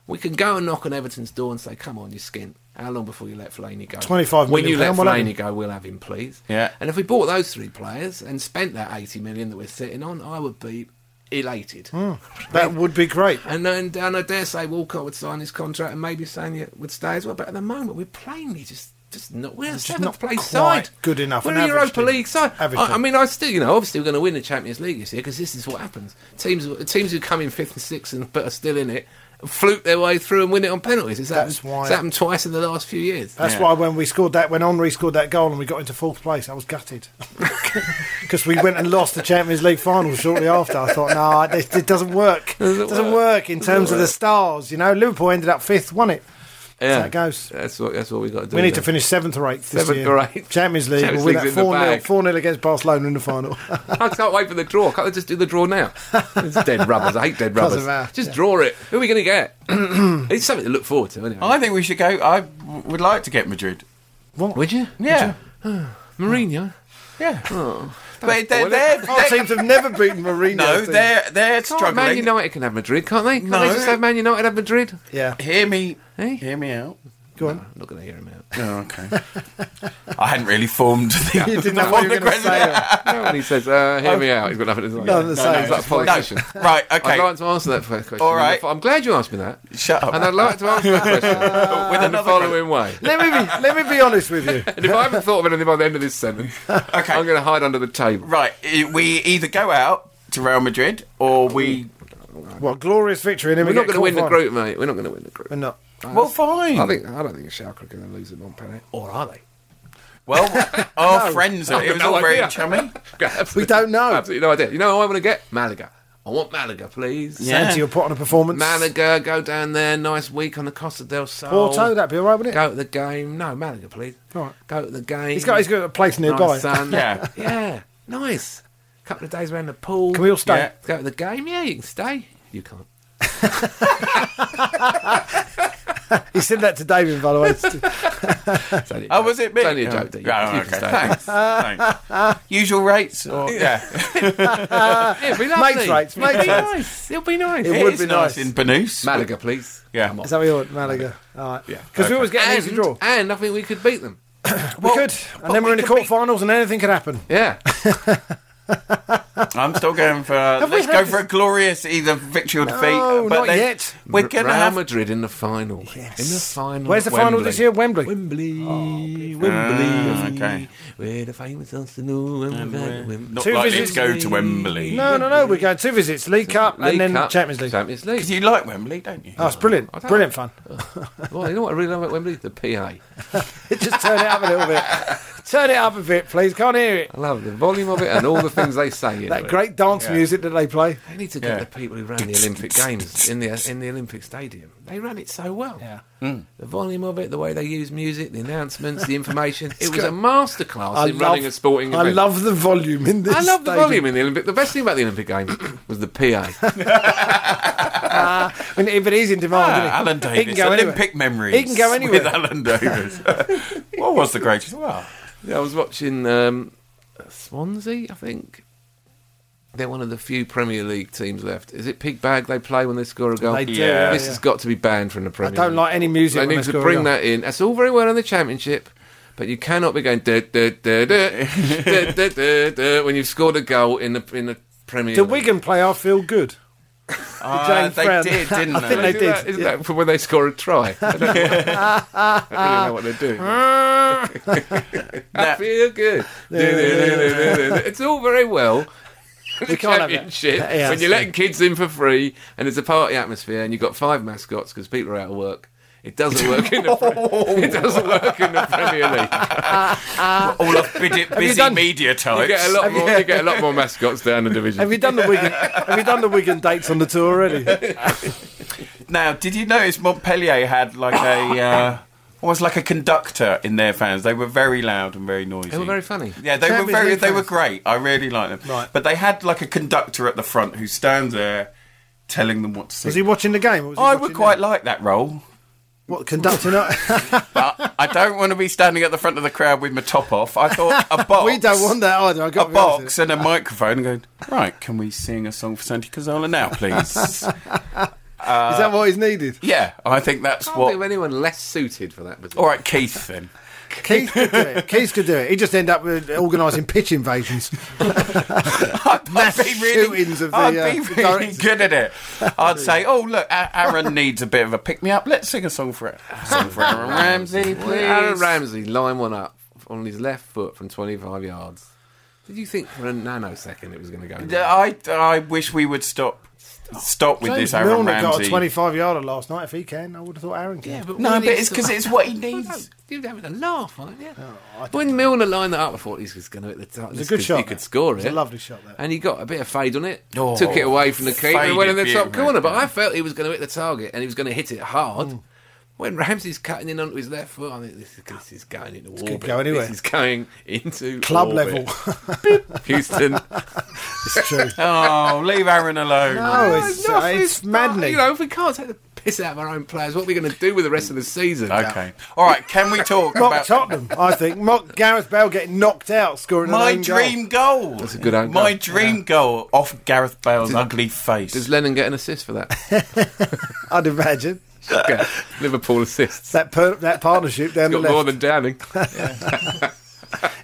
S1: We can go and knock on Everton's door and say, "Come on, you skint. How long before you let Fellaini go?
S2: 25
S1: When you let
S2: million pound, we'll have
S1: Fellaini
S2: him."
S1: go, we'll have him, please.
S3: Yeah.
S1: And if we bought those three players and spent that 80 million that we're sitting on, I would be elated.
S2: Hmm. That would be great.
S1: And then and I dare say Walcott would sign his contract and maybe Sanya would stay as well. But at the moment, we're plainly just just not. We're a seventh
S2: not
S1: place
S2: quite
S1: side.
S2: good enough,
S1: We're
S2: an
S1: a
S2: average
S1: Europa
S2: team.
S1: League side. I,
S2: Average
S1: I
S2: team.
S1: mean, I still, you know, obviously we're going to win the Champions League this year because this is what happens. Teams teams who come in fifth and sixth and but are still in it fluke their way through and win it on penalties. It's
S2: That's
S1: happened,
S2: why-
S1: It's happened twice in the last few years.
S2: That's why when we scored that, when Henri scored that goal and we got into fourth place, I was gutted because we went and lost the Champions League final shortly after. I thought, no, it, it doesn't work. It
S1: Doesn't
S2: doesn't
S1: work.
S2: work in terms of the stars. You know, Liverpool ended up fifth, won it.
S1: Yeah.
S2: how it goes.
S1: That's what, that's what we got to do.
S2: We need to
S1: then.
S2: finish seventh or eighth this
S1: Seventh
S2: year.
S1: or eighth.
S2: Champions League.
S1: Champions
S2: we'll win
S1: League's
S2: that
S1: in the
S2: 4 0
S1: bag.
S2: 4 0 against Barcelona in the final.
S1: I can't wait for the draw. Can't they just do the draw now? It's dead rubbers. I hate dead
S2: Doesn't
S1: rubbers.
S3: uh,
S2: matter.
S1: Just draw it. Who are we going to get? it's something to look forward to, anyway.
S3: I think we should go. I w- would like to get Madrid.
S1: Would you?
S3: Yeah,
S1: Mourinho?
S3: yeah. But they're,
S1: spoil it.
S3: they're,
S2: Our
S3: they're-
S2: teams have never beaten Mourinho.
S3: no,
S2: team.
S3: they're they're
S1: Can't Man
S3: struggling.
S1: United can have Madrid, can't they? Can't
S3: No.
S1: they just have Man United have Madrid?
S2: Yeah.
S3: Hear me,
S1: Hey?
S3: hear me out.
S2: Go on.
S1: I'm not going to hear him out.
S3: Oh, okay. I hadn't really formed the,
S2: You didn't
S3: the
S2: know what you were
S3: formed
S2: going to
S3: question.
S2: say.
S1: You know when he says, uh, hear me out, he's got nothing to say.
S2: Nothing to
S1: He's
S2: say.
S1: like a politician.
S3: No. Right, okay.
S1: I'd like to answer that question.
S3: All right.
S1: I'm glad you asked me that.
S3: Shut up.
S1: And I'd like to answer that question
S3: With
S1: in the
S3: another question.
S1: following way.
S2: Let me be. Let me be honest with you.
S1: And if I haven't thought of anything by the end of this sentence,
S3: Okay.
S1: I'm going to hide under the table.
S3: Right, i- we either go out to Real Madrid or we.
S2: What glorious victory! And then
S1: We're
S2: we
S1: not going
S2: get
S1: to win the
S2: quarterfinal.
S1: group, mate. We're not going to win the group.
S2: We're not.
S3: Well, fine.
S1: I think I don't think Schalke are going to lose at Montpellier, Hmm. or are they?
S3: Well, our friends are.
S1: I've
S3: It was
S1: no
S3: all very
S1: idea.
S3: chummy.
S1: Absolutely-
S2: We don't know.
S1: Absolutely no idea. You know who I want to get? Malaga. I want Malaga, please.
S3: Yeah.
S2: Santi will put on a performance.
S1: Malaga, go down there, nice week on the Costa del Sol.
S2: Porto, that'd be all right, wouldn't it?
S1: Go to the game. No, Malaga, please.
S2: All right.
S1: Go to the game.
S2: He's got. He's got a place nearby.
S1: nice sun.
S3: Yeah.
S1: yeah, nice. Couple of days around the pool.
S2: Can we all stay?
S3: Yeah.
S1: go to the game? Yeah, you can stay. You can't.
S2: He said that to David, by the way.
S1: It's only a
S3: Oh,
S1: joke.
S3: was it me?
S1: It's only a joke. Dee.
S3: Yeah,
S1: You
S3: oh,
S1: can
S3: okay.
S1: stay.
S3: Thanks. Thanks. Usual rates? Or, yeah.
S1: It'll be lovely.
S2: Mates rates,
S1: It'll
S2: mates
S1: be
S2: rates.
S1: nice. It'll be nice.
S2: It
S3: It
S2: would
S3: is
S2: be nice.
S3: in Benus.
S1: Malaga, please.
S3: Yeah.
S1: Come on.
S2: Is that what you want, Malaga? All right.
S1: Yeah.
S2: Because
S1: Okay.
S2: we always get an
S1: and,
S2: easy draw.
S1: and I think we could beat them.
S2: We could, and then we're in the quarterfinals, and anything could happen.
S1: Yeah.
S3: I'm still going for.
S2: we
S3: let's
S2: had
S3: go
S2: this-
S3: for a glorious either victory or defeat.
S2: No, not
S3: then
S2: yet.
S3: We're going to
S1: Real
S3: have.
S1: Madrid in the final.
S2: Yes.
S1: In the final.
S2: Where's the
S1: at Wembley.
S2: final this year? Wembley.
S1: Wembley. Oh,
S3: Ah,
S1: Wembley.
S3: okay.
S1: We're the famous Arsenal. And we're at Wembley.
S3: Not
S2: Two
S3: likely
S2: visits-
S3: to go to Wembley.
S2: No, no, no. We're going two visits: League Cup
S1: League
S2: and then
S1: Cup,
S2: Champions League.
S1: Champions League.
S3: Because you like Wembley, don't you?
S2: Oh, it's brilliant!
S1: I don't-
S2: Brilliant fun.
S1: well, you know what I really love about Wembley? The PA.
S2: Just turn it up a little bit. Turn it up a bit, please. Can't hear it.
S1: I love the volume of it and all the things they say. in
S2: That
S1: it.
S2: great dance
S3: Yeah.
S2: music that they play.
S1: They need to get
S3: Yeah.
S1: the people who ran the Olympic Games in the in the Olympic Stadium. They ran it so well.
S2: Yeah.
S1: The volume of it, the way they used music, the announcements, the information. it was a masterclass in running a sporting
S2: I
S1: event.
S2: love the volume in this.
S1: I love the
S2: stadium.
S1: volume in the Olympic. The best thing about the Olympic Games was the PA.
S2: I mean, but he's in demand. isn't he?
S3: Ah, Alan
S2: He
S3: Davis.
S2: can go anywhere.
S3: Olympic memories.
S2: He can go anywhere.
S3: With Alan Davis. what was the greatest? Well,
S1: yeah, I was watching um, Swansea, I think. They're one of the few Premier League teams left. Is it pig bag they play when they score a goal?
S2: They do.
S3: Yeah.
S2: yeah,
S1: This
S2: yeah.
S1: has got to be banned from the
S2: I
S1: Premier
S2: don't
S1: League.
S2: like any music.
S1: They
S2: when
S1: need
S2: they
S1: to
S2: score a
S1: bring
S2: goal.
S1: that in. That's all very well in the championship, but you cannot be going duh, duh, duh, duh, duh, duh, duh, duh, when you've scored a goal in the in the Premier.
S2: Did
S1: League.
S2: Wigan play? I feel good.
S3: uh,
S2: James
S3: they
S2: Brown.
S3: did, didn't
S2: I
S3: they?
S2: think they
S1: Isn't
S2: did.
S1: that- isn't that for when they score a try? I don't know, I don't really know what they're doing. I
S3: That-
S1: feel good. it's all very well. in the
S2: can't have that.
S1: championship
S2: Yeah,
S1: when you're
S2: so-
S1: letting kids in for free and there's a party atmosphere and you've got five mascots because people are out of work. It doesn't work in the
S3: Oh.
S1: pre- it doesn't work in the Premier League.
S3: All of busy, busy
S2: done-
S3: media types.
S1: You get a lot more. You get a lot more mascots down the division.
S2: Have you done the Wigan? have you done the Wigan dates on the tour already?
S3: Now, did you notice Montpellier had like a uh, almost like a conductor in their fans? They were very loud and very noisy.
S1: they were very funny.
S3: yeah, they
S2: Champions
S3: were very
S2: League
S3: they were
S2: fans.
S3: great. I really liked them.
S2: Right.
S3: But they had like a conductor at the front who stands there telling them what to sing.
S2: Was he watching the game? Or was he
S3: I
S2: watching
S3: would
S2: the-
S3: quite like that role,
S2: what conducting. it?
S3: but I don't want to be standing at the front of the crowd with my top off. I thought a box.
S2: we don't want that either. I
S3: a
S2: got
S3: box and a microphone and going, right, can we sing a song for Santi Cazzola now, please?
S2: Is that what is needed?
S3: yeah, I think that's
S1: Can't think of
S3: what.
S1: anyone less suited for that position.
S3: All right, Keith, then.
S2: Keith could do it. Keith could do it. He just end up with organising pitch invasions.
S3: I'd
S2: Mass shootings of the,
S3: I'd
S2: uh,
S3: be
S2: the
S3: really
S2: directors.
S3: good at it. I'd say, oh look, A- Aaron needs a bit of a pick me up. Let's sing a song for, song for Aaron Ramsey, please.
S1: Aaron Ramsey line one up on his left foot from 25 yards. Did you think for a nanosecond it was going to go? in?
S3: I I wish we would stop stop with
S2: James
S3: this Aaron
S2: Milner got a
S3: Ramsey.
S2: 25 yarder last night. If he can, I would have thought Aaron can.
S1: Yeah, but
S3: no,
S1: when
S3: but it's because it's what he
S1: Well, no,
S3: needs.
S1: You're having a laugh, aren't
S2: Oh,
S1: you? when Milner lined that up, I thought he was going to hit the top. It's
S2: a good shot,
S1: He
S2: though.
S1: could score it.
S2: It's a lovely shot, though.
S1: And he got a bit of fade on it.
S3: Oh,
S1: took it away from the keeper and went in the
S3: faded
S1: top
S3: beautifully,
S1: corner. But
S3: yeah.
S2: Mm.
S1: I felt he was going to hit the target and he was going to hit it hard. When Ramsey's cutting in onto his left foot, I think this is, this is going into orbit.
S2: go anywhere.
S1: This is going into
S2: Club
S1: orbit.
S2: level.
S1: Houston.
S2: it's true.
S3: Oh, leave Aaron alone.
S2: No, it's,
S1: Enough
S2: uh,
S1: is
S2: it's
S1: not-
S2: maddening.
S1: You know, if we can't take the piss out of our own players, what are we going to do with the rest of the season?
S3: Okay. All right. Can we talk
S2: Mock
S3: about
S2: Tottenham, I think. Mock Gareth Bale getting knocked out, scoring an
S3: my
S2: own goal.
S3: dream goal? That's
S1: a good own
S3: My
S1: goal.
S3: dream goal off Gareth Bale's ugly face.
S1: Does Lennon get an assist for that?
S2: I'd imagine
S1: Okay. Liverpool assists.
S2: that per- that partnership down the
S1: Got more than
S2: left.
S1: Downing.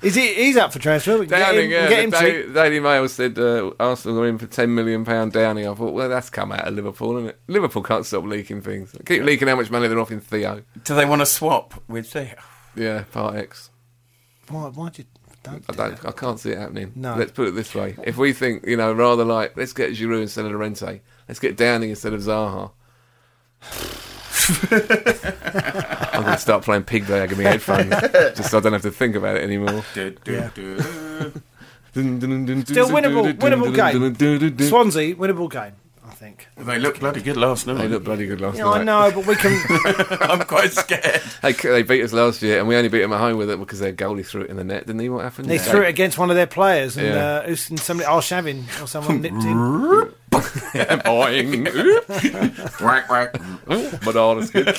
S2: Is he? He's up for transfer. We can get
S1: Downing,
S2: him-
S1: yeah.
S2: get him
S1: the
S2: cheap.
S1: Daily, Daily Mail said uh, Arsenal are in for £10 million Downing. I thought, well, that's come out of Liverpool, isn't it? Liverpool can't stop leaking things. Keep leaking how much money they're offering Theo.
S3: Do they want to swap with Theo?
S1: Yeah, part X.
S2: Why, why did don't
S1: I
S2: do
S1: don't. I can't see it happening.
S2: No.
S1: Let's put it this way: if we think, you know, rather like let's get Giroud instead of Llorente, let's get Downing instead of Zaha. I'm going to start playing pig bag in my headphones, just so I don't have to think about it anymore.
S2: Yeah.
S1: Still
S2: winnable- winnable that? Swansea winnable game. I think.
S3: They look bloody good last night.
S1: They looked bloody good last
S2: Yeah, I
S1: night.
S2: know, but we can.
S3: I'm quite scared.
S1: They, they beat us last year, and we only beat them at home with it because their goalie threw it in the net, didn't he? What happened?
S2: They
S1: Yeah.
S2: threw it against one of their players, and
S1: Yeah.
S2: uh, who's- and somebody, oh, Shavin or someone nipped in.
S1: Boing.
S3: Whack, whack.
S1: Banana's good.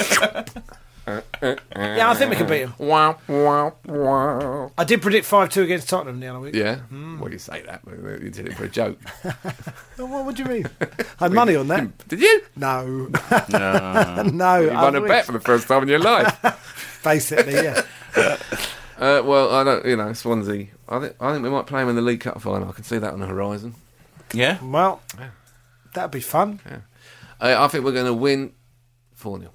S2: Yeah, I think we can beat them.
S1: Wow, wow, wow.
S2: I did predict five two against Tottenham the other week.
S1: Yeah. Well, you say that, but you did it for a joke.
S2: Oh, what would you mean? I had money on that.
S1: did you?
S2: No,
S3: No.
S2: no.
S1: You won a bet for the first time in your life.
S2: basically. Yeah.
S1: uh, well, I don't. You know, Swansea. I think I think we might play them in the League Cup final. I can see that on the horizon.
S3: Yeah.
S2: Well, that'd be fun.
S1: Uh, I think we're going to win four 0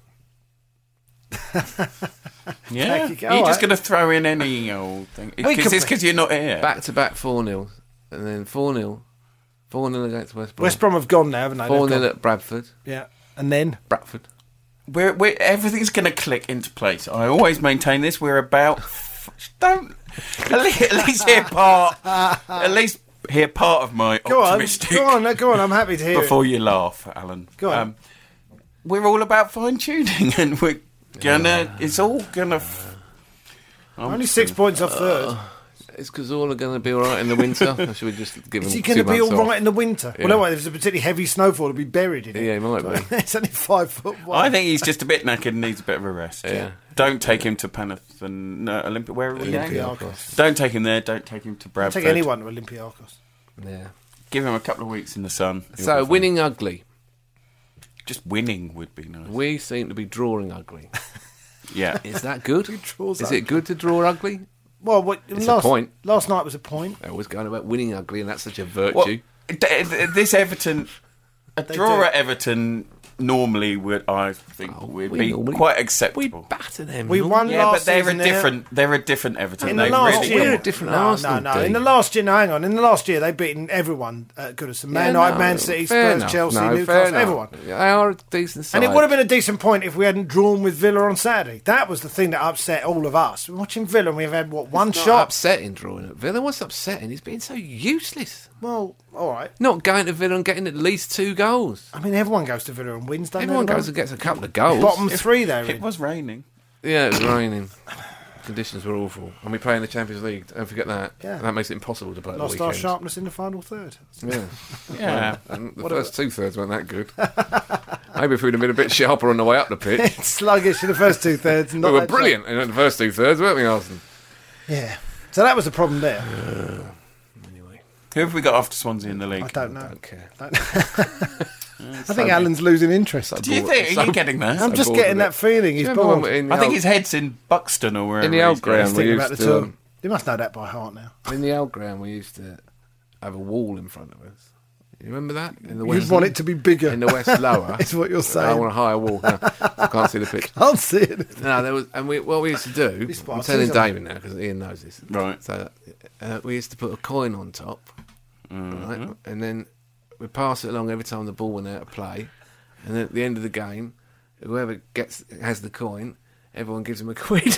S3: Yeah.
S2: Thank you.
S3: You're
S2: All
S3: just
S2: right.
S3: going to throw in any old thing.
S2: We
S3: Because
S2: could
S3: it's because you're not here.
S1: Back to back four 0 and then four 0 four 0 against West Brom.
S2: West Brom have gone now, haven't they? They've
S1: four 0
S2: gone.
S1: at Bradford.
S2: Yeah, and then
S1: Bradford.
S3: We're, we're, everything's going to click into place. I always maintain this. We're about. Don't. At least, at least hear part. At least hear part of my
S1: Oh,
S2: go on,
S3: optimistic.
S2: go on, go on. I'm happy to hear.
S3: Before you laugh, Alan. Um,
S2: Go on.
S3: we're all about fine tuning, and we're gonna. It's all gonna. F-
S2: it. Only six points
S1: uh,
S2: off third.
S1: It's because all are going to be all right in the winter. or should we just give them
S2: Is he
S1: two
S2: going to be all
S1: months
S2: right
S1: off?
S2: in the winter?
S1: Yeah.
S2: Well, no, wait, there's a particularly heavy snowfall to be buried in it.
S1: Yeah, he might be.
S2: it's only five foot wide.
S3: I think he's just a bit knackered and needs a bit of a rest.
S1: Yeah.
S3: Don't take him to Panathen no, Olympic. Where are we
S1: Olympic,
S3: now?
S1: of course.
S3: Don't take him there. Don't take him to Bradford.
S2: Take anyone to Olympiacos.
S1: Yeah.
S3: Give him a couple of weeks in the sun. He'll be
S1: So
S3: fine.
S1: winning ugly.
S3: just winning would be nice.
S1: We seem to be drawing ugly.
S3: Yeah.
S1: Is that good?
S2: draws
S1: Is it good to draw ugly?
S2: Well, what,
S1: a
S2: last,
S1: point.
S2: last night was a point.
S1: I was going about winning ugly, and that's such a virtue.
S3: Well, d- d- this Everton, a draw
S2: do.
S3: at Everton normally would I think
S1: Oh,
S3: would
S1: we
S3: be
S1: normally-
S3: quite
S1: we
S3: acceptable.
S1: batter them.
S2: We won
S3: yeah, but
S2: last
S3: they're a
S2: season there.
S3: different. They're a different Everton.
S2: In
S3: they
S2: the last
S3: really
S2: year,
S1: We're a different
S2: no,
S1: Arsenal,
S2: no, no. In
S1: Dean.
S2: the last year, no, hang on. In the last year, they've beaten everyone at Goodison. Man
S1: Yeah,
S2: United,
S1: no,
S2: Man City,
S1: fair
S2: Spurs,
S1: enough.
S2: Chelsea,
S1: No, fair
S2: Newcastle,
S1: enough.
S2: everyone.
S1: They are a decent side.
S2: And it would have been a decent point if we hadn't drawn with Villa on Saturday. That was the thing that upset all of us. We're watching Villa and we've had, what, one
S1: It's not
S2: shot?
S1: upsetting drawing at Villa. What's upsetting is being so useless.
S2: Well, all right.
S1: Not going to Villa and getting at least two goals.
S2: I mean, everyone goes to Villa and wins, don't
S1: Everyone
S2: they?
S1: goes and gets a couple of goals.
S2: Bottom three there.
S3: It was raining.
S1: Yeah, it was raining. Conditions were awful, and we play in the Champions League. Don't forget that.
S2: Yeah.
S1: And that makes it impossible to play at the
S2: Lost
S1: weekend.
S2: our sharpness in the final third.
S1: Yeah.
S3: Yeah.
S1: And the first two thirds weren't that good. Maybe if we'd have been a bit sharper on the way up the pitch,
S2: It's sluggish in the first two thirds.
S1: we were brilliant in the first two thirds, weren't we, Arsenal?
S2: Yeah. So that was the problem there.
S1: Anyway,
S3: Who have we got after Swansea in the league?
S2: I don't know.
S1: don't care.
S2: I think Alan's losing interest.
S3: Do you think? Are you getting that?
S2: I'm just
S1: bored
S2: getting
S1: with
S2: that feeling. He's
S1: Remember when
S2: bored.
S1: we-
S2: He's
S1: in the
S3: I think
S1: old-
S3: his head's in Buxton or wherever.
S1: In the old
S3: he's going.
S1: ground. we
S2: thinking about the
S1: used to,
S2: tour.
S1: um,
S2: You must know that by heart now.
S1: In the old ground, we used to have a wall in front of us. You remember that? In the
S2: You'd want it to be bigger.
S1: in the west lower.
S2: Is what you're
S1: I
S2: saying.
S1: want a higher wall. No, I can't see the pitch.
S2: I'll see it.
S1: No, there was, and we, what we used to do.
S2: This
S1: I'm
S2: part,
S1: telling
S2: is it?
S1: David now because Ian knows this.
S3: Right.
S1: So uh, we used to put a coin on top,
S3: Mm-hmm.
S1: right, and then we pass it along every time the ball went out of play, and then at the end of the game, whoever gets has the coin, everyone gives him a quid. Do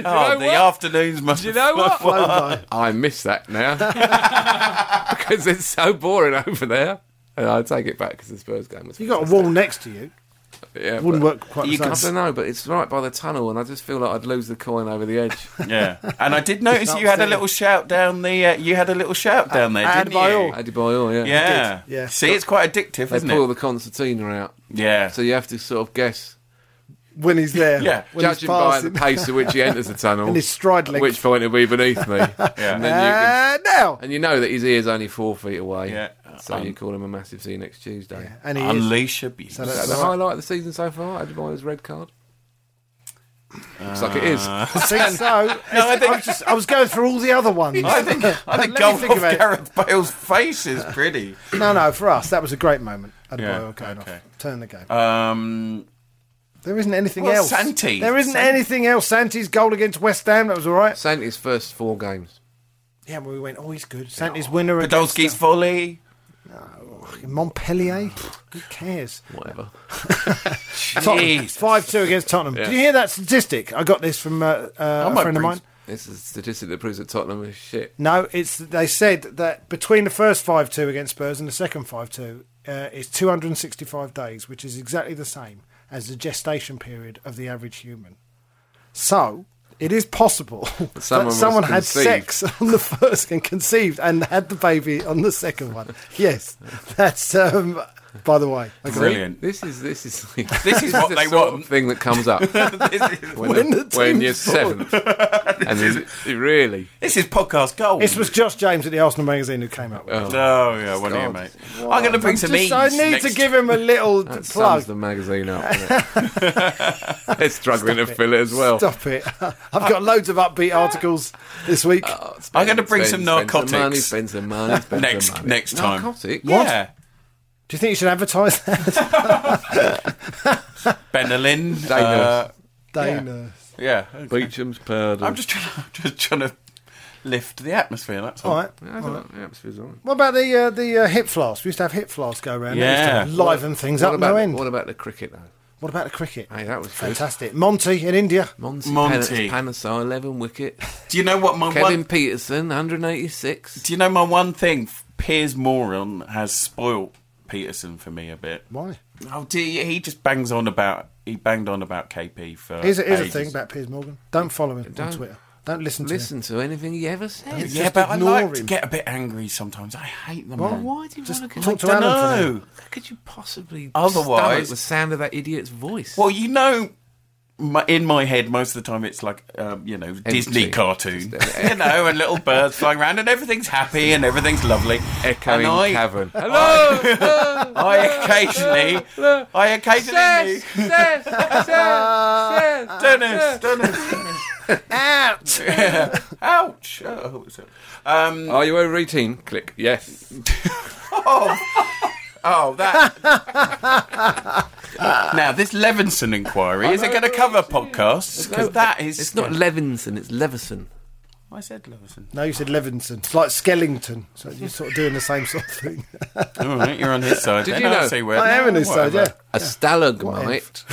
S1: you
S3: Oh,
S1: know
S3: the
S1: what?
S3: afternoons must.
S1: Do you know what?
S2: Blown by.
S1: I miss that now because it's so boring over there. And I take it back because the Spurs game was.
S2: You got a wall next to you.
S1: Yeah,
S2: Wouldn't
S1: but-
S2: work quite
S3: you
S2: the
S1: I
S2: same.
S1: don't know, but it's right by the tunnel, and I just feel like I'd lose the coin over the edge.
S3: Yeah, and I did notice
S2: It's
S3: you had a
S2: upsetting.
S3: little shout down the. Uh, you had a little shout down there,
S2: I had
S3: didn't
S2: my
S3: you?
S2: own.
S1: Adibayor, yeah.
S3: Yeah.
S2: did, yeah.
S3: See, it's quite addictive,
S1: They
S3: isn't
S1: pull
S3: it?
S1: the concertina out,
S3: Yeah.
S1: so you have to sort of guess,
S2: When he's there,
S3: Yeah.
S2: when he's
S1: judging by the
S2: passing.
S1: pace at which he enters the tunnel,
S2: And his stride
S1: at
S2: length.
S1: which point he'll be beneath me. And then you can,
S2: And now,
S1: and you know that his ear's only four feet away.
S3: Yeah.
S1: So
S3: Um,
S1: you call him a massive C next Tuesday.
S2: and he is.
S3: Unleash abuse.
S2: So that's-
S1: Is that the highlight of the season so far? Adebayo's red card. Looks like it is.
S3: Uh,
S2: I think so.
S3: I
S2: I,
S3: think-
S2: was just, I was going through all the other ones.
S3: I think I
S2: Let
S3: think
S2: me
S3: golf
S2: think
S3: off
S2: about it.
S3: Gareth Bale's face is pretty.
S2: No, no, for us that was a great moment. Adebayo
S3: Yeah,
S2: going
S3: okay.
S2: off, turn the game.
S3: Um,
S2: there isn't anything
S3: well,
S2: else.
S3: Santi.
S2: There isn't
S3: Santi.
S2: anything else. Santi's goal against West Ham that was all right.
S1: Sainty's first four games.
S2: Yeah, well, we went. Oh, he's good. Santi's winner against
S3: Podolski's volley.
S2: Montpellier. Who cares?
S1: Whatever.
S3: Jeez.
S2: Five two against Tottenham. Did you hear that statistic? I got this from uh, uh,
S3: might
S2: a friend of
S3: bring-
S2: mine.
S1: This is a statistic that proves that Tottenham is shit.
S2: No, it's they said that between the first five two against Spurs and the second five two uh, is two hundred and sixty five days, which is exactly the same as the gestation period of the average human. So it is possible that
S1: someone
S2: someone,
S1: was
S2: had
S1: conceived.
S2: sex on the first and conceived and had the baby on the second one. Yes, that's um, by the way. I got-
S3: Brilliant.
S1: This is this is
S3: This is what
S1: the
S3: they
S1: sort of
S3: want.
S1: thing that comes up
S3: this, is,
S1: when,
S2: When the
S1: when
S2: team's
S1: you're seventh. and then you really,
S3: this is podcast gold.
S2: This was Josh James at the Arsenal magazine who came up with it.
S3: Oh yeah, one of you, mate. I'm going to bring some ease.
S2: Just, I need
S3: next
S2: to give him a little
S1: that
S2: plug.
S1: sums the magazine up. doesn't it? They're struggling to fill it as well.
S2: Stop it. I've got loads of upbeat articles this week.
S1: Uh,
S3: I'm gonna bring
S1: Spend-
S3: some
S1: Spend some money,
S3: narcotics.
S1: spend some money, spend
S3: Next-
S1: some money.
S3: next time.
S1: Narcotics?
S3: Yeah.
S2: Do you think you should advertise that?
S3: Benelin. Uh,
S1: Dangerous.
S2: Dana.
S3: yeah.
S1: Beecham's powder.
S3: I'm just trying, to, just trying to lift the atmosphere. That's all.
S2: All right.
S1: Yeah, I don't know. Yeah, it's bizarre.
S2: What about the uh, the uh, hip flasks? We used to have hip flasks go around.
S3: Yeah.
S2: They used to liven things
S1: What
S2: up no
S1: about,
S2: end.
S1: what about the cricket though?
S2: What about the cricket?
S1: Hey, that was good.
S2: Fantastic. Monty in India.
S1: Monty,
S3: Monty.
S1: Monty. Panasar, 11 wicket.
S3: Do you know what my
S1: Kevin
S3: one?
S1: Peterson, 186.
S3: Do you know my one thing? Piers Moran has spoilt Peterson for me a bit.
S2: Why?
S3: Oh, do you, he just bangs on about he banged on about KP for.
S2: Here's a, here's a
S3: ages.
S2: thing about Piers Morgan. Don't follow him
S1: Don't.
S2: on Twitter. Don't listen to him.
S1: Listen to anything he ever says.
S3: Yeah,
S2: Just
S3: but I
S2: ignore
S3: like to
S2: him.
S3: get a bit angry sometimes. I hate them. man.
S1: Why do you
S2: Just
S1: want to
S2: talk to
S3: I
S2: Alan for him.
S3: know.
S1: How could you possibly
S3: Otherwise-
S1: stomach the sound of that idiot's voice?
S3: Well, you know, my, in my head, most of the time it's like um, you know Disney cartoon, you know, and little birds flying around, and everything's happy and everything's lovely.
S1: Echoing
S3: and I,
S1: cavern. Hello,
S3: I occasionally, I occasionally, do-
S1: says, says,
S3: don't know, don't know.
S2: Out!
S3: Yeah. Ouch! Oh, it's- um,
S1: Are you over 18? Click yes.
S3: oh, that. now this Levinson inquiry is it going to cover podcasts? Because that is
S1: It's not Levinson, it's Leveson.
S3: I said Levinson.
S2: No, you said Levinson. It's like Skellington. So you're sort of doing the same sort of thing.
S3: All right, you're on his side.
S1: Did
S3: then.
S1: you
S3: I'll
S1: know?
S3: see where-
S2: I am on his side,
S3: whatever.
S2: yeah.
S1: A stalagmite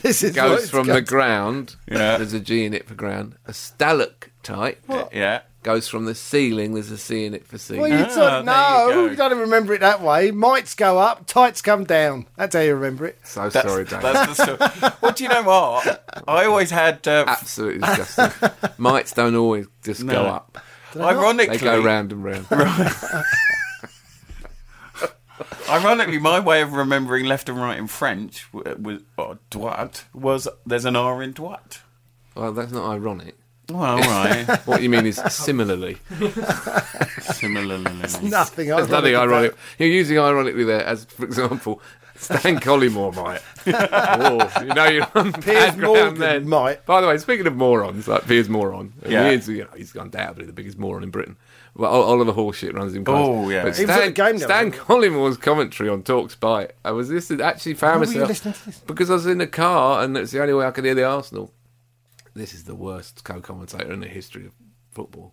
S2: This is what
S1: goes
S2: it's
S1: from
S2: got.
S1: the ground.
S3: Yeah.
S1: There's a G in it for ground. A stalactite
S3: Yeah.
S1: goes from the ceiling. There's a C in it for
S2: Well,
S1: ceiling.
S2: you
S3: Ah,
S2: thought,
S3: there you
S2: no,
S3: go.
S2: you, don't even remember it that way. Mites go up, tights come down. That's how you remember it.
S1: So
S3: That's,
S1: sorry, Dave.
S3: That's the story. well, do you know what? I always had. Uh,
S1: Absolutely disgusting. Mites don't always just
S3: No.
S1: go up.
S3: ironically,
S1: They go round and round.
S3: ironically, my way of remembering left and right in French w- was or droite was there's an R in droite.
S1: Well, that's not ironic.
S2: Oh,
S3: Well, all right.
S1: What you mean is similarly.
S3: Similarly,
S2: Nothing.
S1: There's nothing ironic. You're using ironically there as, for example, Stan Collymore might. oh, you know you're on
S2: Piers
S1: bad ground
S2: Morgan
S1: then.
S2: might.
S1: By the way, speaking of morons, like Piers Moron,
S3: Yeah.
S1: yeah. he's, you know, he's undoubtedly the biggest moron in Britain. But O- Oliver Horseshit runs him close.
S3: Oh, yeah.
S1: But
S2: He was at
S1: Stan,
S2: the game the other
S1: Stan
S2: day.
S1: Collymore's commentary on Talk Spy, I was listening, actually found
S2: were you
S1: myself.
S2: listening to this?
S1: Because I was in the car and it's the only way I could hear the Arsenal. This is the worst co commentator in the history of football.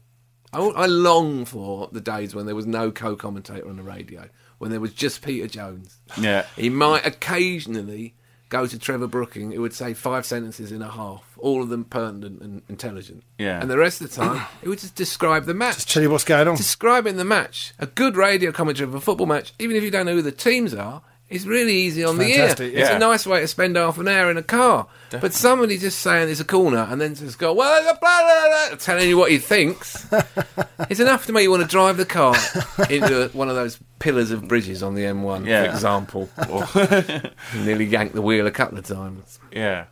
S1: I, I long for the days when there was no co commentator on the radio, when there was just Peter Jones.
S3: Yeah.
S1: He might occasionally go to Trevor Brooking, who would say five sentences and a half, all of them pertinent and intelligent.
S3: Yeah.
S1: And the rest of the time, he would just describe the match.
S2: Tell you what's going on.
S1: Describing the match. A good radio commentary of a football match, even if you don't know who the teams are, is really easy on the
S2: fantastic,
S1: ear. It's
S3: yeah.
S1: a nice way to spend half an hour in a car. But somebody just saying there's a corner and then just go, well, there's a blah, blah, blah," telling you what he thinks, it's enough to make you want to drive the car into one of those pillars of bridges on the M1,
S3: Yeah.
S1: for example. Or nearly yanked the wheel a couple of times.
S3: Yeah.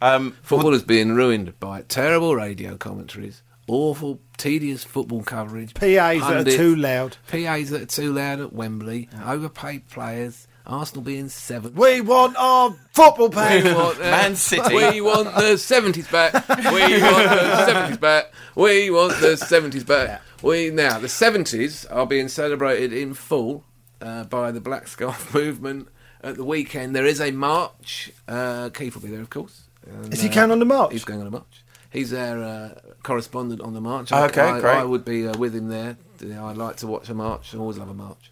S3: Um,
S1: Footballers being ruined by terrible radio commentaries, awful, tedious football coverage,
S2: PAs that are
S1: pundits,
S2: too loud.
S1: PAs that are too loud at Wembley, overpaid players, Arsenal being seventh.
S2: We want our football
S1: We
S2: pay.
S1: want, uh,
S3: Man City.
S1: We want the 70s back. We want the 70s back. We want the 70s back. We now the 70s are being celebrated in full uh, by the Black Scarf movement at the weekend. There is a march. Uh, Keith will be there, of course. And, uh,
S2: Is he going on the march?
S1: He's going on a march. He's our uh, correspondent on the march.
S3: Okay,
S1: I,
S3: great.
S1: I would be uh, with him there. You know, I'd like to watch a march. I always love a march.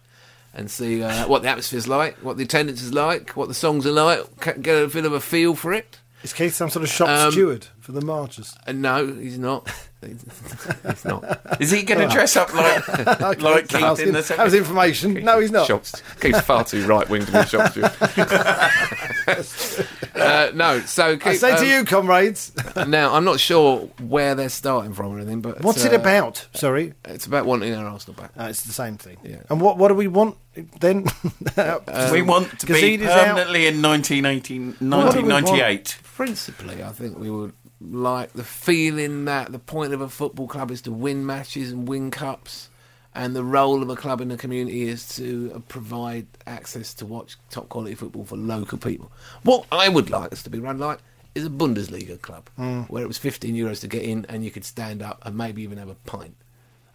S1: And see uh, what the atmosphere's like, what the attendance is like, what the songs are like, c- get a bit of a feel for it.
S2: Is Keith some sort of shop
S1: Um,
S2: steward for the marchers?
S1: And no, he's not. he's not.
S3: is he
S2: Oh.
S3: going to dress up like like
S2: that,
S3: Keith
S2: was
S3: in the
S2: that was
S3: second?
S2: information. No, he's not.
S1: Shops. Keith's far too right wing to be shops. uh, no, so Keith,
S2: I say to
S1: um,
S2: you, comrades,
S1: now, I'm not sure where they're starting from or anything, but
S2: what's it
S1: uh,
S2: about? Sorry,
S1: It's about wanting our Arsenal back.
S2: Uh, it's the same thing.
S1: Yeah. Uh,
S2: And what what do we want then?
S3: we want to be
S2: Gazidis out.
S3: permanently in 1918,
S2: What do we want?
S3: 1998.
S1: principally, I think we would like the feeling that the point of a football club is to win matches and win cups, and the role of a club in the community is to uh, provide access to watch top quality football for local people. What I would like us to be run like is a Bundesliga club, where it was 15 euros to get in, and you could stand up and maybe even have a pint.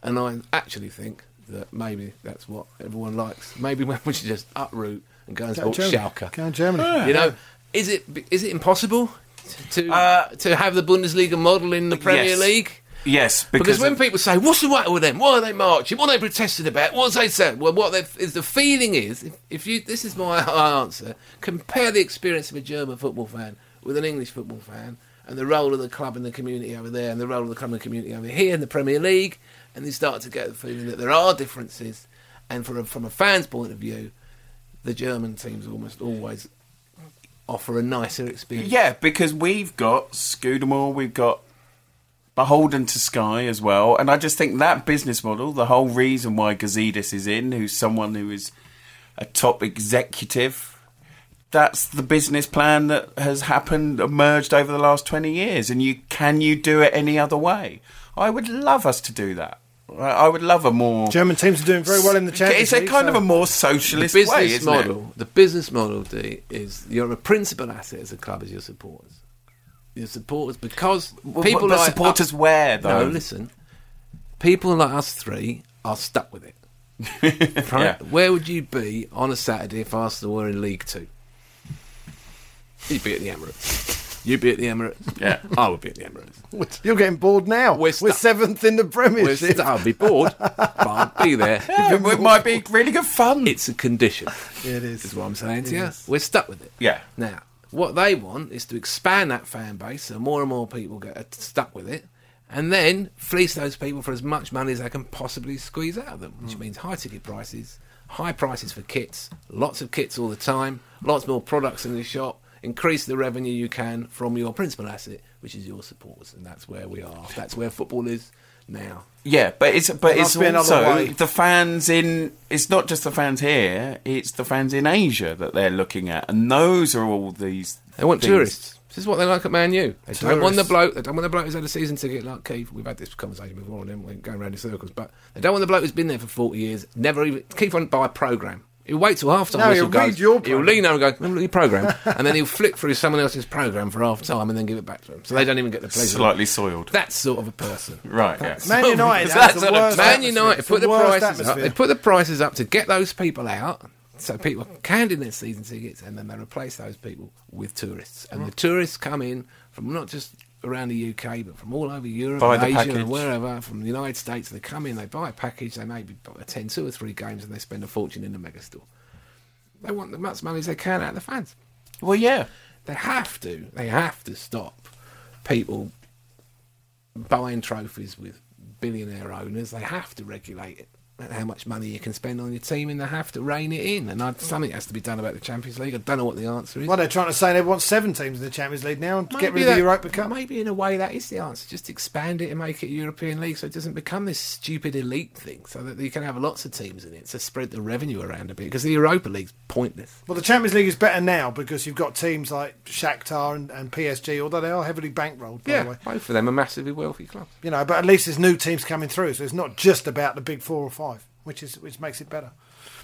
S1: And I actually think that maybe that's what everyone likes. Maybe we should just uproot and go and support Schalke.
S2: Go to Germany.
S1: You know, is it is it impossible to
S3: Uh,
S1: to have the Bundesliga model in the Premier
S3: yes.
S1: League?
S3: Yes,
S1: Because,
S3: because,
S1: when
S3: of-
S1: people say, "What's the matter with them? Why are they marching? What are they protesting about? What they said?" Well, what they is the feeling is if, if you this is my answer. Compare the experience of a German football fan with an English football fan, and the role of the club in the community over there, and the role of the club in the community over here in the Premier League, and you start to get the feeling that there are differences, and from a, from a fan's point of view, the German teams almost always offer a nicer experience.
S3: yeah, because we've got Scudamore, we've got Beholden to Sky as well, and I just think that business model, the whole reason why Gazidis is in, who's someone who is a top executive, that's the business plan that has happened emerged over the last twenty years. And you can you do it any other way? I would love us to do that. I I would love a more.
S2: German teams are doing very well in the Champions
S3: It's a
S2: League,
S3: kind of
S2: so-
S3: a more socialist
S1: business
S3: way, isn't it?
S1: model. The business model, D, is you're a principal asset as a club is your supporters. Your supporters because
S3: Well,
S1: people
S3: but
S1: like
S3: supporters where though?
S1: No, listen. People like us three are stuck with it.
S3: Yeah.
S1: Right? Where would you be on a Saturday if Arsenal were in League Two? You'd be at the Emirates. You'd be at the Emirates.
S3: Yeah.
S1: I would be at the Emirates.
S2: You're getting bored now.
S1: We're
S2: We're,
S1: stuck.
S2: seventh in the
S1: Well,
S2: Premiership.
S1: I'd be bored, but I'd be there.
S3: Yeah, it might be really good fun.
S1: It's a condition.
S2: It is.
S1: is what I'm saying to you. We're stuck with it.
S3: Yeah.
S1: Now, what they want is to expand that fan base so more and more people get stuck with it, and then fleece those people for as much money as they can possibly squeeze out of them,
S2: Hmm.
S1: which means high ticket prices, high prices for kits, lots of kits all the time, lots more products in the shop. Increase the revenue you can from your principal asset, which is your supporters, and that's where we are. That's where football is now.
S3: Yeah, but it's but
S2: There
S3: it's
S2: must be another
S3: also
S2: way.
S3: the fans in. It's not just the fans here; it's the fans in Asia that they're looking at, and those are all these.
S1: They want
S3: things.
S1: tourists. This is what they like at Man U. They don't want the
S2: Tourists.
S1: bloke. They don't want the bloke who's had a season ticket like Keith. We've had this conversation before, and then we're going round in circles. But they don't want the bloke who's been there for forty years. Never even Keith won't buy a program. He'll wait till half time.
S2: No, he'll read your
S1: He'll
S2: programme.
S1: lean over and go, "Remember your program," and then he'll flick through someone else's program for half time and then give it back to them. So they don't even get the pleasure.
S3: Slightly soiled.
S1: That sort of a person.
S3: right. Yes.
S1: Oh,
S2: Man United
S3: That's
S2: has the
S3: sort of-
S2: worst
S1: Man
S2: atmosphere.
S1: United
S2: It's
S1: put the
S2: worst
S1: prices up.
S2: atmosphere.
S1: They put the prices up to get those people out, so people can do their season tickets, and then they replace those people with tourists. And the tourists come in from not just around the UK, but from all over Europe,
S3: Buy
S1: and
S3: the
S1: Asia,
S3: package.
S1: and wherever from the United States. They come in, they buy a package, they maybe buy- attend two or three games, and they spend a fortune in the megastore. They want as much money as they can out of the fans.
S3: Well, yeah.
S1: They have to. They have to stop people buying trophies with billionaire owners. They have to regulate it. how much money you can spend on your team and they have to rein it in. And I, something has to be done about the Champions League. I don't know what the answer is.
S2: Well, they're trying to say they want seven teams in the Champions League now and get rid of
S1: that-
S2: the Europa Cup.
S1: Maybe in a way that is the answer. Just expand it and make it a European League so it doesn't become this stupid elite thing so that you can have lots of teams in it to spread the revenue around a bit because the Europa League's pointless.
S2: Well, the Champions League is better now because you've got teams like Shakhtar and, and PSG, although they are heavily bankrolled, by the way.
S1: Both of them are massively wealthy clubs.
S2: You know, but at least there's new teams coming through, so it's not just about the big four or five, which is which makes it better.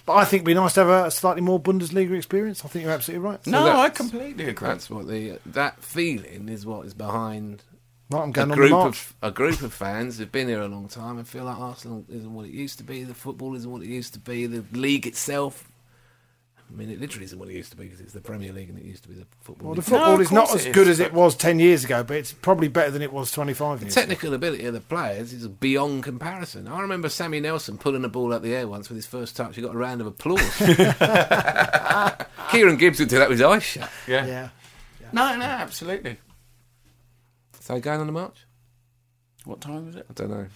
S2: But I think it'd be nice to have a, slightly more Bundesliga experience. I think you're absolutely right.
S3: No,
S1: that's-
S3: I completely agree.
S1: That's what the that feeling is what is behind
S2: Right, I'm
S1: a
S2: going on the
S1: group
S2: march.
S1: of a group of fans who've been here a long time and feel like Arsenal isn't what it used to be, the football isn't what it used to be, the league itself. I mean, it literally isn't what it used to be because it's the Premier League and it used to be the football.
S2: Well, the
S1: League.
S2: football
S3: of
S2: is not
S3: course
S2: as
S3: it
S2: good
S3: is,
S2: as it
S3: but-
S2: was 10 years ago, but it's probably better than it was 25 years ago.
S1: technical ability of the players is beyond comparison. I remember Sammy Nelson pulling a ball up the air once with his first touch. He got a round of applause. Kieran Gibbs would do that with his eyes shut.
S3: Yeah.
S2: Yeah.
S3: No, no, absolutely.
S1: So going on the march?
S3: What time is it?
S1: I don't know.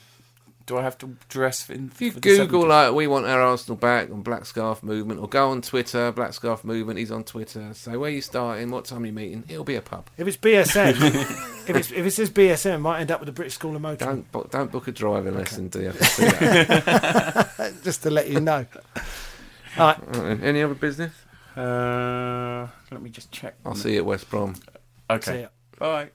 S3: Do I have to dress in?
S1: If you
S3: for the
S1: Google
S3: 70s?
S1: like we want our Arsenal back and Black Scarf Movement, or go on Twitter, Black Scarf Movement. He's on Twitter. Say where you starting, what time you meeting. It'll be a pub.
S2: If it's BSM, if, it's, if it says BSM, it might end up with the British School of Motoring.
S1: Don't bo- don't book a driving lesson, DFC.
S2: just to let you know. All right.
S1: Any other business?
S3: Uh, let me just check.
S1: I'll see you at West Brom.
S2: See
S3: Okay.
S2: ya.
S3: Bye.